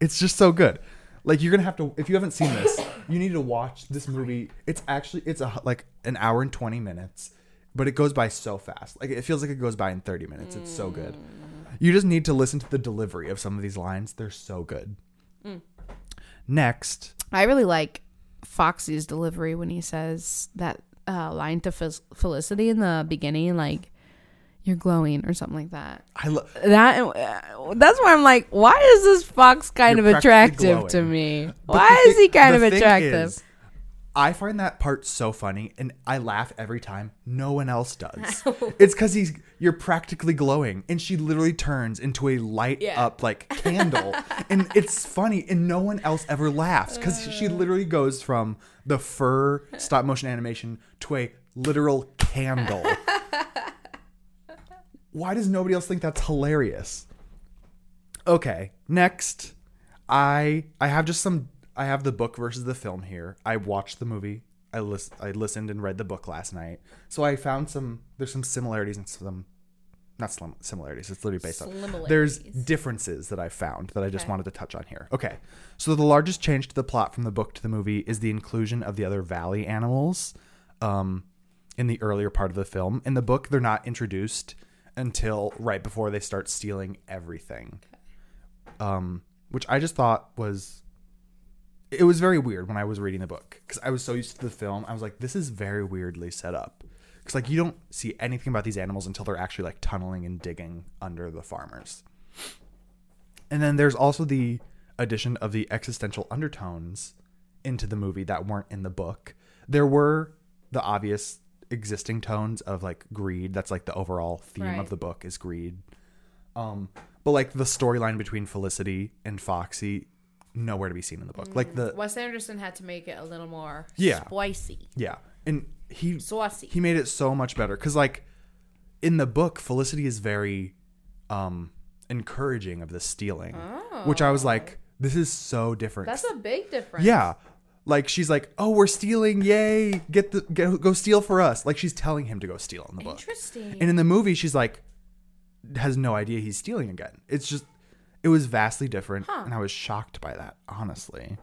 S2: it's just so good. Like you're gonna have to if you haven't seen this, you need to watch this movie. It's actually it's a like an hour and twenty minutes, but it goes by so fast. Like it feels like it goes by in thirty minutes. It's so good. You just need to listen to the delivery of some of these lines. They're so good. Mm. Next,
S3: I really like Foxy's delivery when he says that uh, line to Fel- Felicity in the beginning, like "You're glowing" or something like that.
S2: I love
S3: That uh, that's why I'm like, why is this fox kind
S2: You're
S3: of
S2: practically
S3: attractive to
S2: glowing.
S3: me?
S2: But
S3: Why
S2: the
S3: is he
S2: thi-
S3: kind
S2: the
S3: of
S2: thing
S3: attractive?
S2: is, I find that part so funny, and I laugh every time. No one else does. [LAUGHS] it's because he's you're practically glowing, and she literally turns into a light
S3: Yeah.
S2: up like candle, and it's funny, and no one else ever laughs because she literally goes from the fur stop motion animation to a literal candle. Why does nobody else think that's hilarious? Okay, next, I I have just some I have the book versus the film here. I watched the movie. I list I listened and read the book last night, so I found some there's some similarities and some not slim, similarities. It's literally based on there's differences that I found that I just wanted to touch on here. Okay, so the largest change to the plot from the book to the movie is the inclusion of the other valley animals. Um, in the earlier part of the film. In the book, they're not introduced until right before they start stealing everything. Um, which I just thought was it was very weird when I was reading the book because I was so used to the film. I was like, this is very weirdly set up. Because like you don't see anything about these animals until they're actually like tunneling and digging under the farmers. And then there's also the addition of the existential undertones into the movie that weren't in the book. There were the obvious existing tones of like greed. That's like the overall theme
S3: Right.
S2: of the book is greed. Um, but like the storyline between Felicity and Foxy, nowhere to be seen in the book. Like the
S4: Wes Anderson had to make it a little more
S2: Yeah.
S4: spicy,
S2: yeah, and he
S4: saucy.
S2: he made it so much better because like in the book felicity is very um encouraging of the stealing which i was like this is so different
S4: Oh. That's a big difference.
S2: yeah like she's like oh we're stealing yay get the go, go steal for us like she's telling him to go steal in the book
S4: Interesting.
S2: and in the movie she's like has no idea he's stealing again it's just it was vastly different and i was shocked by that honestly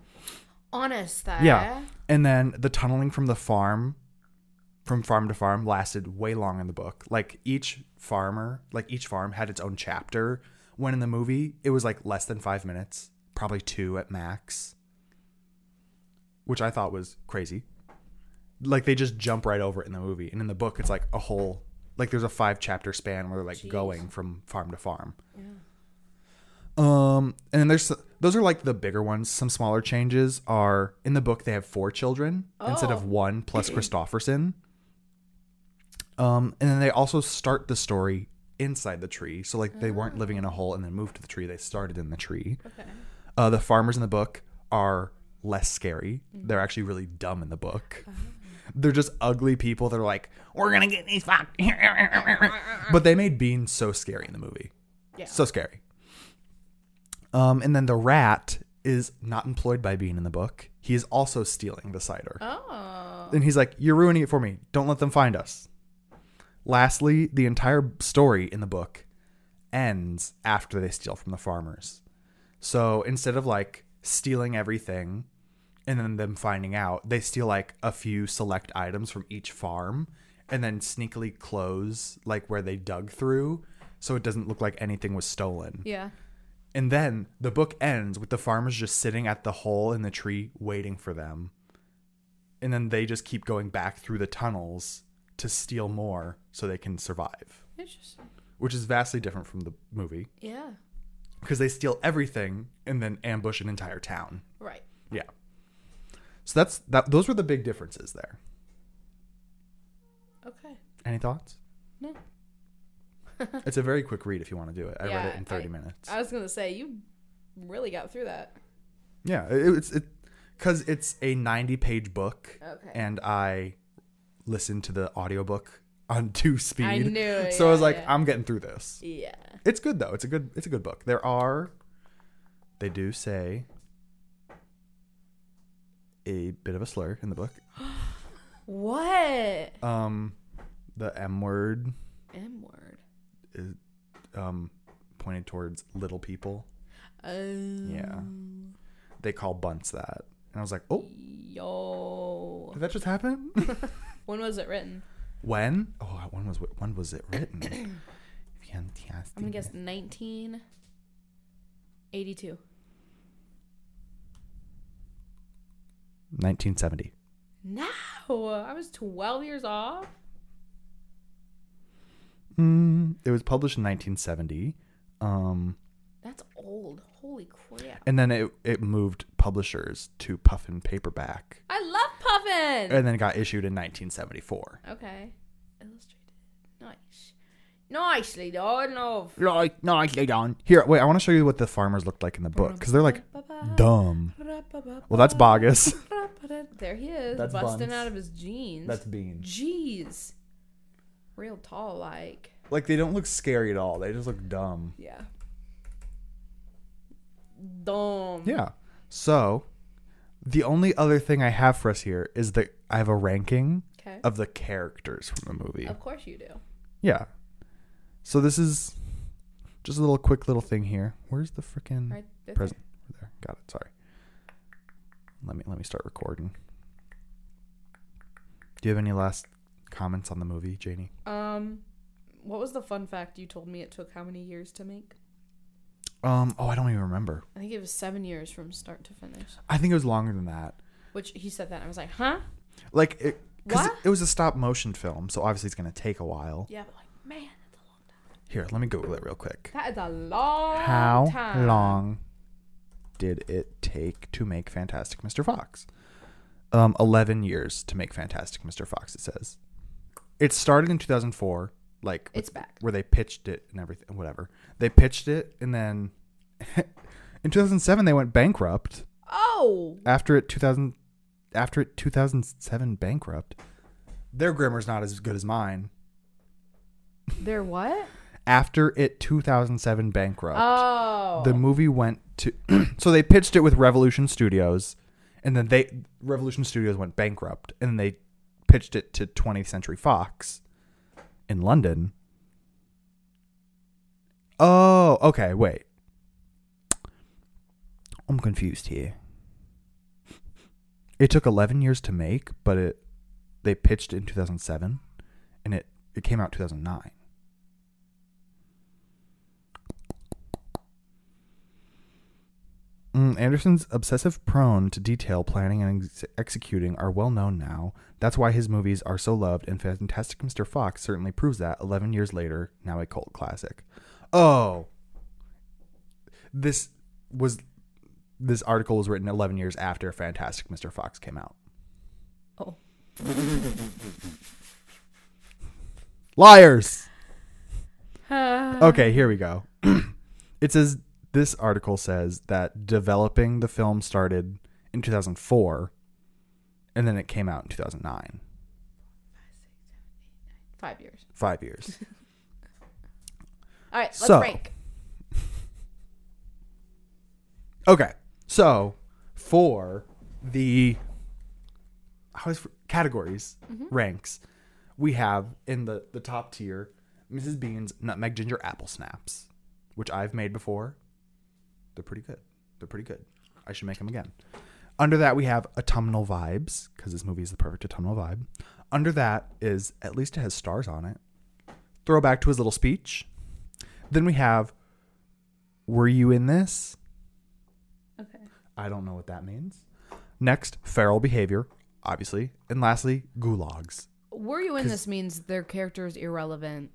S4: Honest eh? that.
S2: yeah. And then the tunneling from the farm, from farm to farm, lasted way long in the book. Like each farmer, like each farm had its own chapter. When in the movie, it was like less than five minutes, probably two at max, which I thought was crazy. Like they just jump right over it in the movie. And in the book, it's like a whole, like there's a five chapter span where they're like going from farm to farm. Um, and then there's those are like the bigger ones. Some smaller changes are in the book. They have four children instead of one plus Christofferson. Um, and then they also start the story inside the tree. So like they weren't living in a hole and then moved to the tree. They started in the tree. Okay. Uh, the farmers in the book are less scary. They're actually really dumb in the book. They're just ugly people. They're like, we're gonna get these fucked. but they made Bean so scary in the movie.
S4: Yeah.
S2: So scary. Um, and then the rat is not employed by Bean in the book. He is also stealing the cider.
S4: Oh.
S2: And he's like, You're ruining it for me. Don't let them find us. Lastly, the entire story in the book ends after they steal from the farmers. So instead of like stealing everything and then them finding out, they steal like a few select items from each farm and then sneakily close like where they dug through so it doesn't look like anything was stolen.
S4: Yeah.
S2: And then the book ends with the farmers just sitting at the hole in the tree waiting for them. And then they just keep going back through the tunnels to steal more so they can survive,
S4: Interesting.
S2: which is vastly different from the movie
S4: Yeah.
S2: because they steal everything and then ambush an entire town.
S4: Right.
S2: Yeah. So that's that those were the big differences there.
S4: Okay.
S2: Any thoughts?
S4: No.
S2: [LAUGHS] It's a very quick read if you want to do it. I read it
S4: Yeah,
S2: in 30
S4: I-
S2: minutes.
S4: I was gonna say you really got through that.
S2: Yeah, it- it's it because it's a 90 page book,
S4: Okay.
S2: and I listened to the audiobook on [LAUGHS] two speed.
S4: I knew it,
S2: So I was
S4: yeah,
S2: like,
S4: yeah.
S2: I'm getting through this.
S4: Yeah.
S2: It's good though. It's a good it's a good book. There are they do say a bit of a slur in the book.
S4: What?
S2: Um, the M word
S4: M word.
S2: is um pointed towards little people.
S4: Oh.
S2: Yeah, they call bunts that, and I was like, oh,
S4: Yo.
S2: did that just happen? [LAUGHS]
S4: When was it written?
S2: When? Oh, when was when was it written?
S4: I'm gonna guess
S2: Fantastic.
S4: 1982.
S2: Nineteen seventy.
S4: No, I was 12 years off.
S2: Mm, it was published in nineteen seventy, um,
S4: That's old. Holy crap!
S2: and then it it moved publishers to Puffin paperback,
S4: I love Puffin.
S2: and then got issued in nineteen seventy four.
S4: Okay. Illustrated. Nice. Nicely done, love.
S2: Like nicely done. Here, wait, I want to show you what the farmers looked like in the book because they're like dumb. Well, that's
S3: [LAUGHS]
S2: Bogus.
S4: There he is,
S2: That's
S4: busting
S2: Buns.
S4: out of his jeans.
S2: Bean.
S4: Jeez. Real tall, like.
S2: Like they don't look scary at all. They just look dumb.
S4: Yeah. Dumb.
S2: Yeah. So, the only other thing I have for us here is that I have a ranking
S4: Okay.
S2: of the characters from the movie.
S4: Of course you do.
S2: Yeah. So this is just a little quick little thing here. Where's the freaking
S4: Right there.
S2: present? There, got it. Sorry. Let me let me start recording. Do you have any last comments on the movie, Janie?
S3: Um, what was the fun fact you told me it took how many years to make?
S2: Um, oh, I don't even remember.
S3: I think it was seven years from start to finish.
S2: I think it was longer than that.
S3: Which he said that and I was like, huh?
S2: Like it, because
S3: What?
S2: it was a stop motion film, so obviously it's gonna take a while.
S3: Yeah, but like, man, that's a long time.
S2: Here, let me Google it real quick.
S3: That is a long
S2: How
S3: time.
S2: long did it take to make Fantastic Mr. Fox? Um, 11 years to make Fantastic Mr. Fox, it says. It started in 2004, like
S3: It's back.
S2: where they pitched it and everything, whatever. They pitched it, and then [LAUGHS] in 2007, they went bankrupt.
S3: Oh,
S2: After it, 2000, after it 2007 bankrupt, their grammar's not as good as mine.
S3: they're what?
S2: After it 2007 bankrupt.
S3: Oh,
S2: the movie went to [CLEARS THROAT] so they pitched it with revolution studios and then they revolution studios went bankrupt and then they pitched it to 20th century fox in london oh okay wait i'm confused here it took 11 years to make but it they pitched it in 2007 and it it came out 2009 Mm, Anderson's obsessive prone to detail planning and ex- executing are well known now. That's why his movies are so loved, and Fantastic Mr. Fox certainly proves that 11 years later, now a cult classic. Oh. This was. This article was written 11 years after Fantastic Mr. Fox came out.
S3: Oh.
S2: [LAUGHS] Liars! okay, here we go. [CLEARS THROAT] it says this article says that developing the film started in 2004 and then it came out in 2009.
S3: [SIGHS] five years.
S2: 5 years.
S3: All right, let's
S2: So-
S3: break.
S2: okay. So, for the how is categories ranks we have in the the top tier Mrs. Bean's nutmeg ginger apple snaps, which I've made before. They're pretty good. They're pretty good. I should make them again. Under that, we have autumnal vibes because this movie is the perfect autumnal vibe. Under that is at least it has stars on it. Throwback to his little speech. Then we have Were You in This?
S3: Okay.
S2: I don't know what that means. Next, feral behavior, obviously. And lastly, gulags.
S3: Were you in
S2: 'Cause-
S3: this means their character is irrelevant.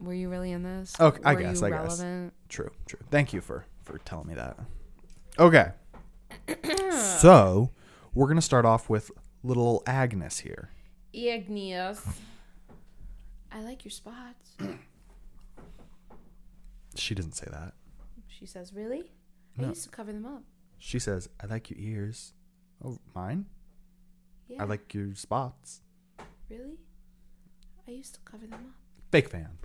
S3: Were you really in this?
S2: Okay, I
S3: Were
S2: guess,
S3: You
S2: I guess.
S3: relevant?
S2: True, true. Thank you for for telling me that.
S3: [COUGHS]
S2: Okay. so, we're going to start off with little Agnes here. [SIGHS]
S3: Igneous. I like your spots.
S2: She doesn't say that.
S3: She says, really? I
S2: No.
S3: used to cover them up.
S2: She says, "I like your ears." Oh, mine?
S3: Yeah.
S2: I like your spots.
S3: Really? I used to cover them up.
S2: Fake fan.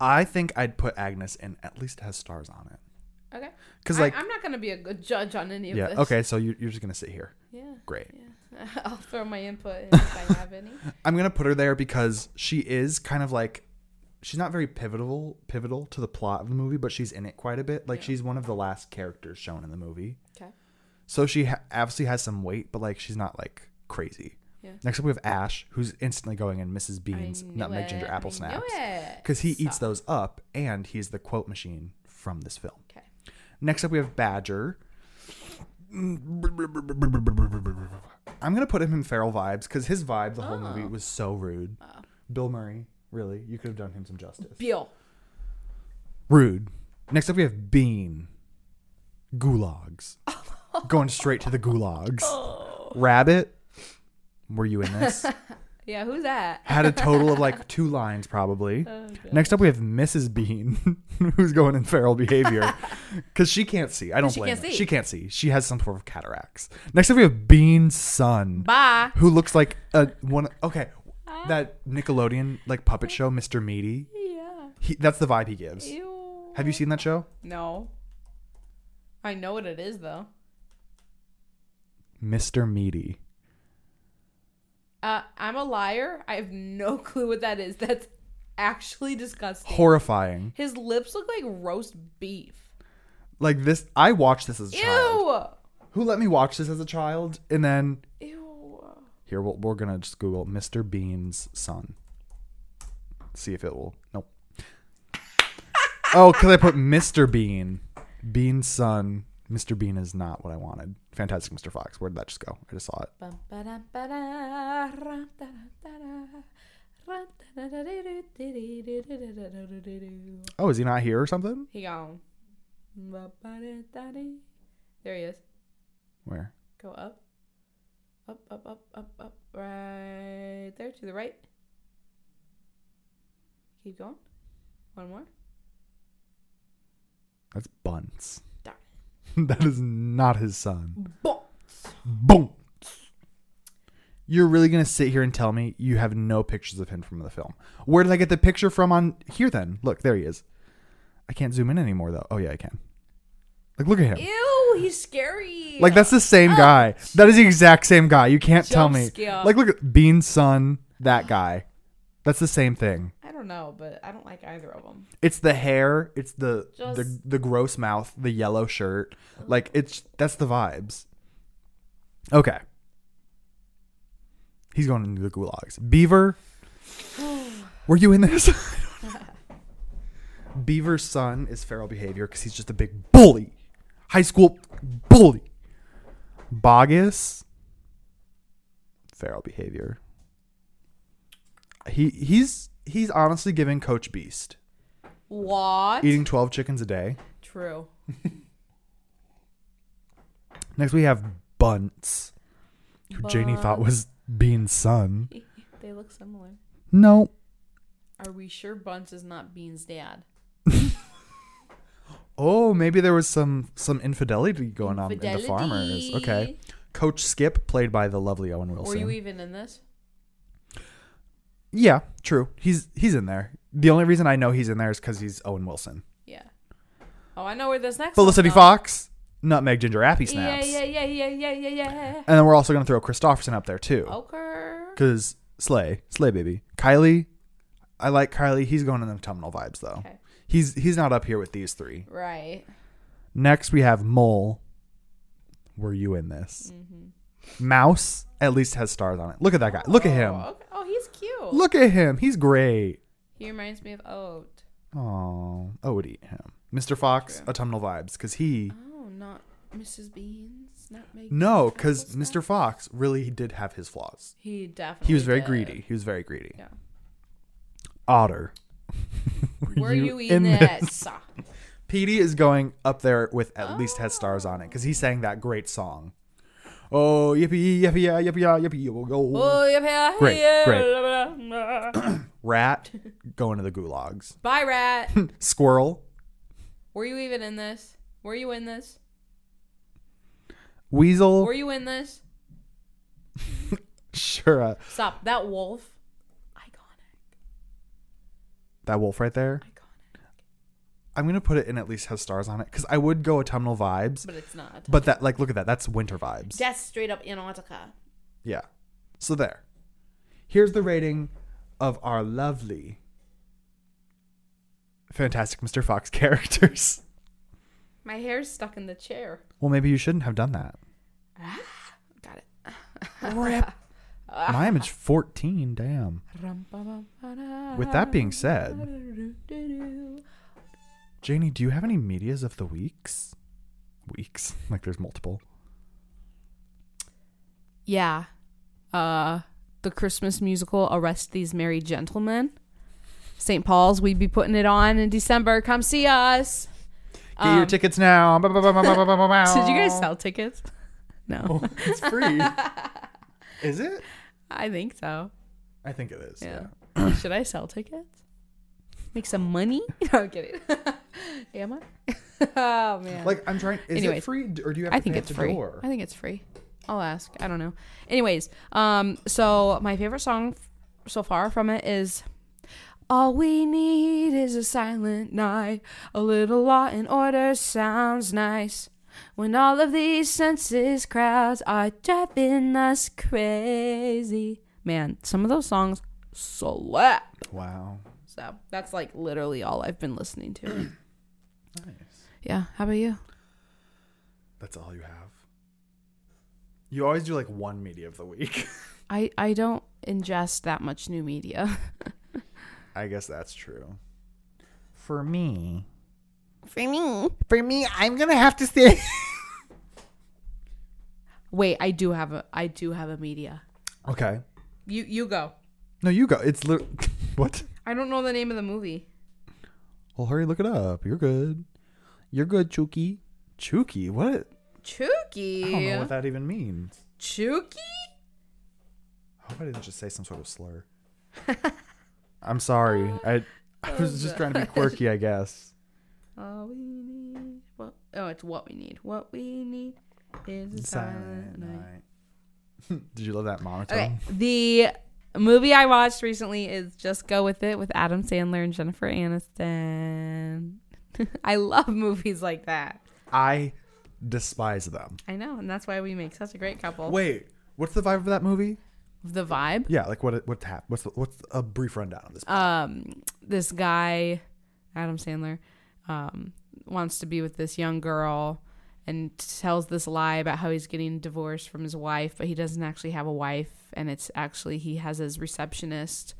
S2: I think I'd put Agnes in at least it has stars on it.
S3: Okay.
S2: Cuz
S3: I-
S2: like
S3: I'm not gonna be a good judge on any of
S2: yeah,
S3: this.
S2: okay, so you you're just going to sit here.
S3: Yeah.
S2: Great.
S3: Yeah. [LAUGHS] I'll throw my input in if
S2: [LAUGHS]
S3: I have any.
S2: I'm gonna put her there because she is kind of like she's not very pivotal pivotal to the plot of the movie, but she's in it quite a bit. Like
S3: Yeah.
S2: she's one of the last characters shown in the movie,
S3: Okay.
S2: so she ha- obviously has some weight, but like she's not like crazy.
S3: Yeah.
S2: Next up we have Ash, who's instantly going in Mrs.
S3: I
S2: Bean's
S3: knew
S2: nutmeg
S3: it.
S2: ginger apple
S3: I knew
S2: snaps
S3: it.
S2: because he eats
S3: Stop.
S2: those up, and he's the quote machine from this film.
S3: Okay.
S2: Next up, we have Badger. I'm gonna put him in feral vibes because his vibe the whole movie was so rude. Bill Murray, really, you could have done him some justice.
S3: Bill.
S2: Rude. Next up, we have Bean. Gulags. Going straight to the gulags. Rabbit. Were you in this?
S3: Yeah. Who's that?
S2: Had a total of like two lines
S3: [LAUGHS]
S2: probably.
S3: Oh,
S2: Next up, we have Mrs. Bean, [LAUGHS] who's going in feral
S3: [LAUGHS]
S2: behavior because she can't see. I don't
S3: she
S2: blame
S3: can't
S2: her.
S3: see.
S2: She can't see. She has some sort of cataracts. Next up, we have Bean's son,
S3: Bye.
S2: who looks like a one. Okay,
S3: Ah.
S2: that Nickelodeon like puppet show, Mr. Meaty.
S3: Yeah.
S2: He, that's the vibe he gives.
S3: Ew.
S2: Have you seen that show,
S3: No. I know what it is though.
S2: Mr. Meaty?
S3: Uh, I'm a liar. I have no [LAUGHS] clue what that is. That's actually disgusting.
S2: Horrifying.
S3: His lips look like roast beef.
S2: Like this, I watched this as a child.
S3: Ew.
S2: Who let me watch this as a child? And then
S3: Ew.
S2: Here, we'll, we're gonna just Google Mr. Bean's son. See if it will. Nope. oh, because I put Mr. Bean, Bean's son. Mr. Bean is not what I wanted. Fantastic Mr. Fox. Where did that just go? I just saw it.
S4: Bum, ba-dum, ba-da, rum, da-dum, da-da, rum, da-da-da-doo, dee-dee-doo-doo-doo-doo-doo-doo.
S2: Oh, is he not here or something?
S4: He gone. Ba-ba-da-da-dee. There he is.
S2: Where?
S4: Go up. Up, up, up, up, up. Right there to the right. Keep going. One more.
S2: That's Bunce. [LAUGHS]
S4: Darn.
S2: that is not his son.
S4: Boom.
S2: Boom. You're really gonna sit here and tell me you have no pictures of him from the film? Where did I get the picture from on here? Then look, there he is. I can't zoom in anymore though. Oh yeah, I can. Like, look at him.
S4: Ew, he's scary.
S2: Like that's the same guy. That is the exact same guy. You can't tell me.
S4: Jump scare.
S2: Like look at Bean's son, that guy. That's the same thing.
S4: I don't know, but I don't like either of them.
S2: It's the hair, it's the the,
S4: Just-
S2: the gross mouth, the yellow shirt. Like it's that's the vibes. Okay. He's going into the gulags. Beaver. Were you in this? [LAUGHS] Beaver's son is feral behavior because he's just a big bully. High school bully. Bogus. Feral behavior. He he's he's honestly giving Coach Beast.
S4: What?
S2: Eating twelve chickens a day.
S4: True.
S2: Next we have Bunce. Who Janie thought was Bean's son.
S4: [LAUGHS] They look similar.
S2: No.
S4: Are we sure Bunce is not Bean's dad?
S2: Oh, maybe there was some some infidelity going on in the farmers. Okay. Coach Skip, played by the lovely Owen
S4: Were
S2: Wilson.
S4: you e- even in this?
S2: yeah, true. He's he's in there. The only reason I know he's in there is because he's Owen Wilson.
S4: Yeah. Oh, I know where this next.
S2: Felicity
S4: one's going.
S2: Fox, Nutmeg Ginger Appy snaps.
S4: Yeah, yeah, yeah, yeah, yeah, yeah,
S2: And then we're also gonna throw Christofferson up there too.
S4: yeah. Okay.
S2: Cause Slay, Slay baby. Kylie, I like Kylie. He's going in the autumnal vibes though.
S4: Okay.
S2: He's he's not up here with these three.
S4: Right.
S2: Next we have Mole. Were you in this?
S4: Mm-hmm.
S2: Mouse at least has stars on it. Look at that guy. Look at him.
S4: Oh, okay. oh, he's cute.
S2: Um, Look at him. He's great.
S4: He reminds me of Oat.
S2: Oh, I would eat him. Mr. Fox, autumnal vibes, because he
S4: Oh, not Mrs. Beans. Not making
S2: no, because Mr. Fox really did have his flaws.
S4: Oh, He definitely.
S2: He was very
S4: did.
S2: greedy. He was very greedy.
S4: Yeah.
S2: Otter. [LAUGHS]
S4: Were you, eating this?
S2: Petey is going up there with at least has stars on it because he sang that great song. Oh yippee yippee yeah, yippee yeah, yippee yo, yo.
S4: Oh, yeah,
S2: Great,
S4: yeah,
S2: great.
S4: blah, blah, blah.
S2: Rat going to the gulags.
S4: [LAUGHS] Bye, rat.
S2: [LAUGHS] Squirrel.
S4: Were you even in this? Were you in this?
S2: Weasel.
S4: Were you in this?
S2: sure. Uh,
S4: Stop. That wolf. Iconic.
S2: that wolf right there.
S4: Iconic.
S2: I'm gonna put it in at least has stars on it because I would go autumnal vibes,
S4: But it's not.
S2: but that like look at that. That's winter vibes.
S4: That's straight up Antarctica.
S2: Yeah. So there. Here's the rating of our lovely Fantastic Mr. Fox [LAUGHS] characters.
S4: My hair's stuck in the chair.
S2: Well, maybe you shouldn't have done that.
S4: Got it.
S2: [LAUGHS] My image 14, damn. With that being said, Janie, do you have any medias of the weeks? Weeks, [LAUGHS] like there's multiple.
S3: Yeah. Uh the Christmas musical Arrest These Merry Gentlemen. St. Paul's, we'd be putting it on in December. Come see us.
S2: Get your tickets now. Did you [LAUGHS]
S3: Did you
S2: Um, guys
S3: guys sell tickets? No.
S2: [LAUGHS] It's free. Is it?
S3: I think so.
S2: I think it is.
S3: Yeah. [CLEARS THROAT] Should I sell tickets? Make some money? [LAUGHS] No, I'm kidding. Am I? [LAUGHS] oh man.
S2: Like I'm trying. Is it
S3: Anyways,
S2: free d- or do you have
S3: I
S2: to
S3: think
S2: pay
S3: it's
S2: at the
S3: free.
S2: door?
S3: I think it's free. I'll ask. I don't know. Anyways, um, so my favorite song f- so far from it is all we need is a silent night. A little law and order sounds nice. When all of these senses crowds are driving us crazy. Man, some of those songs slap.
S2: Wow.
S3: So that's like literally all I've been listening [CLEARS THROAT] to.
S2: Nice.
S3: yeah. How about you?
S2: That's all you have. You always do like one media of the week. [LAUGHS]
S3: I I don't ingest that much new media. [LAUGHS]
S2: I guess that's true. For me,
S3: For me.
S2: for me, I'm gonna have to say.
S3: Wait, I do have a I do have a media.
S2: okay.
S3: You you go.
S2: No, you go. It's li- [LAUGHS] what?
S3: I don't know the name of the movie.
S2: Well, hurry, look it up. You're good. You're good, Chucky. Chucky? What? I don't know
S3: Chooky.
S2: what that even means.
S3: Chooky?
S2: I hope I didn't just say some sort of
S3: [LAUGHS]
S2: slur. I'm sorry. I I
S3: Oh,
S2: was just trying to be quirky, I guess.
S3: All we need. What? Oh, it's what we need. What we need is a [LAUGHS] silent night.
S2: [LAUGHS] Did you love that monotone?
S3: Okay. The movie I watched recently is Just Go With It with Adam Sandler and Jennifer Aniston. [LAUGHS] I love [LAUGHS] movies like that.
S2: I despise them.
S3: I know, and that's why we make such a great couple.
S2: Wait, what's the vibe of that movie?
S3: The vibe.
S2: Yeah, like what what's hap- what's the, what's a brief rundown of this?
S3: Um, this guy, Adam Sandler, um, wants to be with this young girl and tells this lie about how he's getting divorced from his wife, but he doesn't actually have a wife, and it's actually he has his receptionist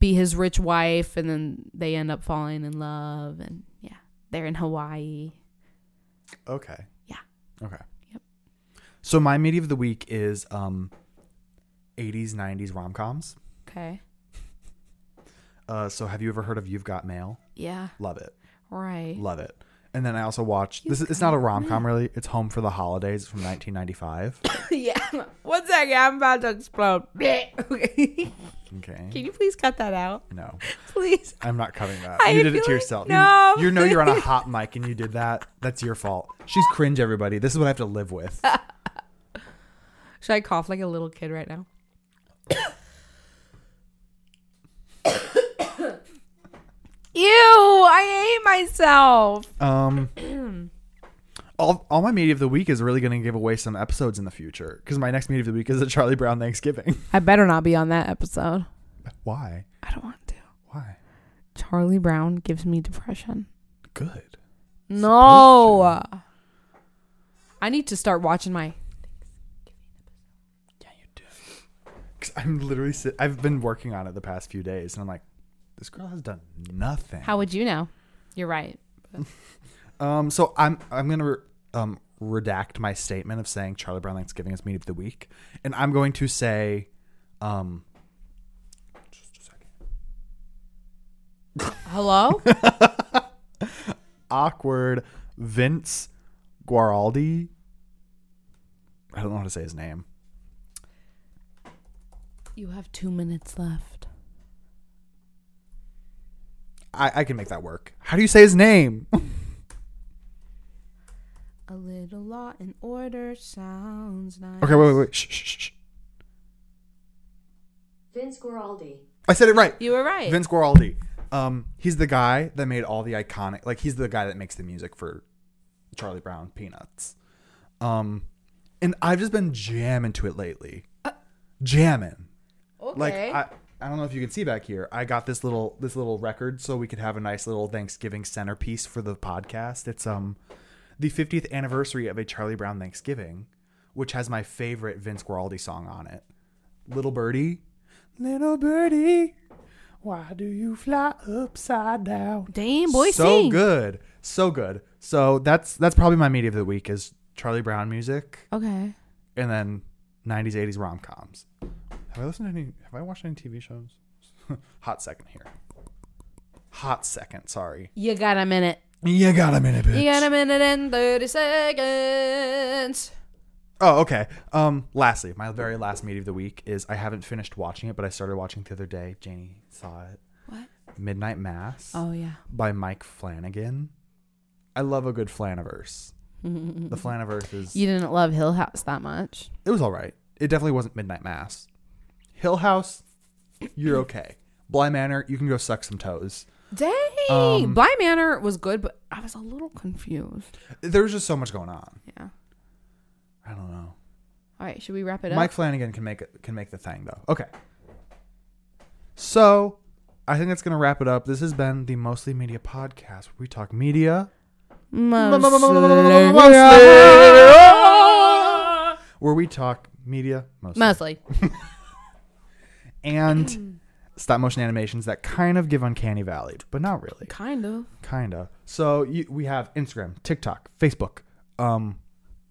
S3: be his rich wife, and then they end up falling in love, and yeah, they're in Hawaii.
S2: Okay.
S3: Yeah.
S2: Okay.
S3: Yep.
S2: So my media of the week is um 80s 90s rom-coms.
S3: Okay.
S2: Uh so have you ever heard of You've Got Mail?
S3: Yeah.
S2: Love it.
S3: Right.
S2: Love it. And then I also watched this is it's not a rom-com really. It's Home for the Holidays from
S3: [COUGHS]
S2: 1995.
S3: [LAUGHS] yeah. One second, I'm about to explode. [LAUGHS] okay.
S2: Okay.
S3: Can you please cut that out,
S2: no.
S3: please?
S2: I'm not cutting that.
S3: I
S2: you did
S3: feel
S2: it to
S3: like-
S2: yourself. You-
S3: no.
S2: You, know
S3: [LAUGHS]
S2: you're on a hot mic and you did that. That's your fault. She's cringe, everybody. This is what I have to live with.
S3: Should I cough like a little kid right now? Ew, I hate myself.
S2: Um, all, all my media of the week is really going to give away some episodes in the future because my next media of the week is a Charlie Brown Thanksgiving. [LAUGHS]
S3: I better not be on that episode.
S2: Why?
S3: I don't want to.
S2: Why?
S3: Charlie Brown gives me depression.
S2: Good.
S3: No. I need to start watching my.
S2: Yeah, you do. Because I'm literally sit- I've been working on it the past few days, and I'm like, this girl has done nothing.
S3: How would you know? You're right.
S2: Um, so I'm I'm gonna re- um redact my statement of saying Charlie Brown Thanksgiving is meat of the week, and I'm going to say, um, just a second,
S3: [LAUGHS] Hello?
S2: awkward Vince Guaraldi. I don't know how to say his name.
S3: you have two minutes left.
S2: I, I can make that work. How do you say his name? [LAUGHS]
S3: A little law and order sounds nice.
S2: okay, wait, wait, wait. Shh, shh, shh, shh.
S5: Vince Guaraldi.
S2: I said it right.
S3: You were right.
S2: Vince Guaraldi. Um, he's the guy that made all the iconic. Like he's the guy that makes the music for Charlie Brown Peanuts. Um, and I've just been jamming to it lately, jamming.
S3: okay.
S2: Like I, I don't know if you can see back here. I got this little this little record so we could have a nice little Thanksgiving centerpiece for the podcast. It's um the 50th anniversary of a Charlie Brown Thanksgiving, which has my favorite Vince Guaraldi song on it. Little birdie, little birdie, why do you fly upside down?
S3: Damn, boy,
S2: so
S3: sing.
S2: good, so good. So that's that's probably my media of the week is Charlie Brown music
S3: Okay.
S2: and then 90s 80s rom-coms have i listened to any have i watched any tv shows [LAUGHS] hot second here hot second sorry
S3: You got a minute.
S2: you got a minute bitch.
S3: You got a minute and 30 seconds.
S2: oh okay um lastly my very last meeting of the week is i haven't finished watching it but i started watching it the other day janie saw it
S3: What?
S2: midnight mass
S3: Oh, yeah.
S2: by mike flanagan i love a good
S3: [LAUGHS]
S2: flaniverse the flaniverse is
S3: You didn't love Hill House that much.
S2: it was all right. It definitely wasn't Midnight Mass. Hill House, you're okay. Bly Manor, you can go suck some toes.
S3: Dang.
S2: Um,
S3: Bly Manor was good, but I was a little confused.
S2: There was just so much going on.
S3: Yeah.
S2: I don't know.
S3: All right, should we wrap it up?
S2: Mike Flanagan can make it can make the thing though. Okay. So I think that's gonna wrap it up. This has been the Mostly Media Podcast where we talk media.
S3: Mostly.
S2: Where we talk media mostly.
S3: Mostly.
S2: and stop motion animations that kind of give uncanny valley, but not really.
S3: Kind of.
S2: Kind of. So you, we have Instagram, TikTok, Facebook, um,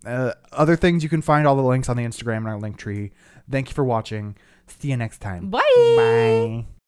S2: uh, other things. You can find all the links on the Instagram and our link tree. Thank you for watching. See you next time.
S3: Bye.
S2: Bye.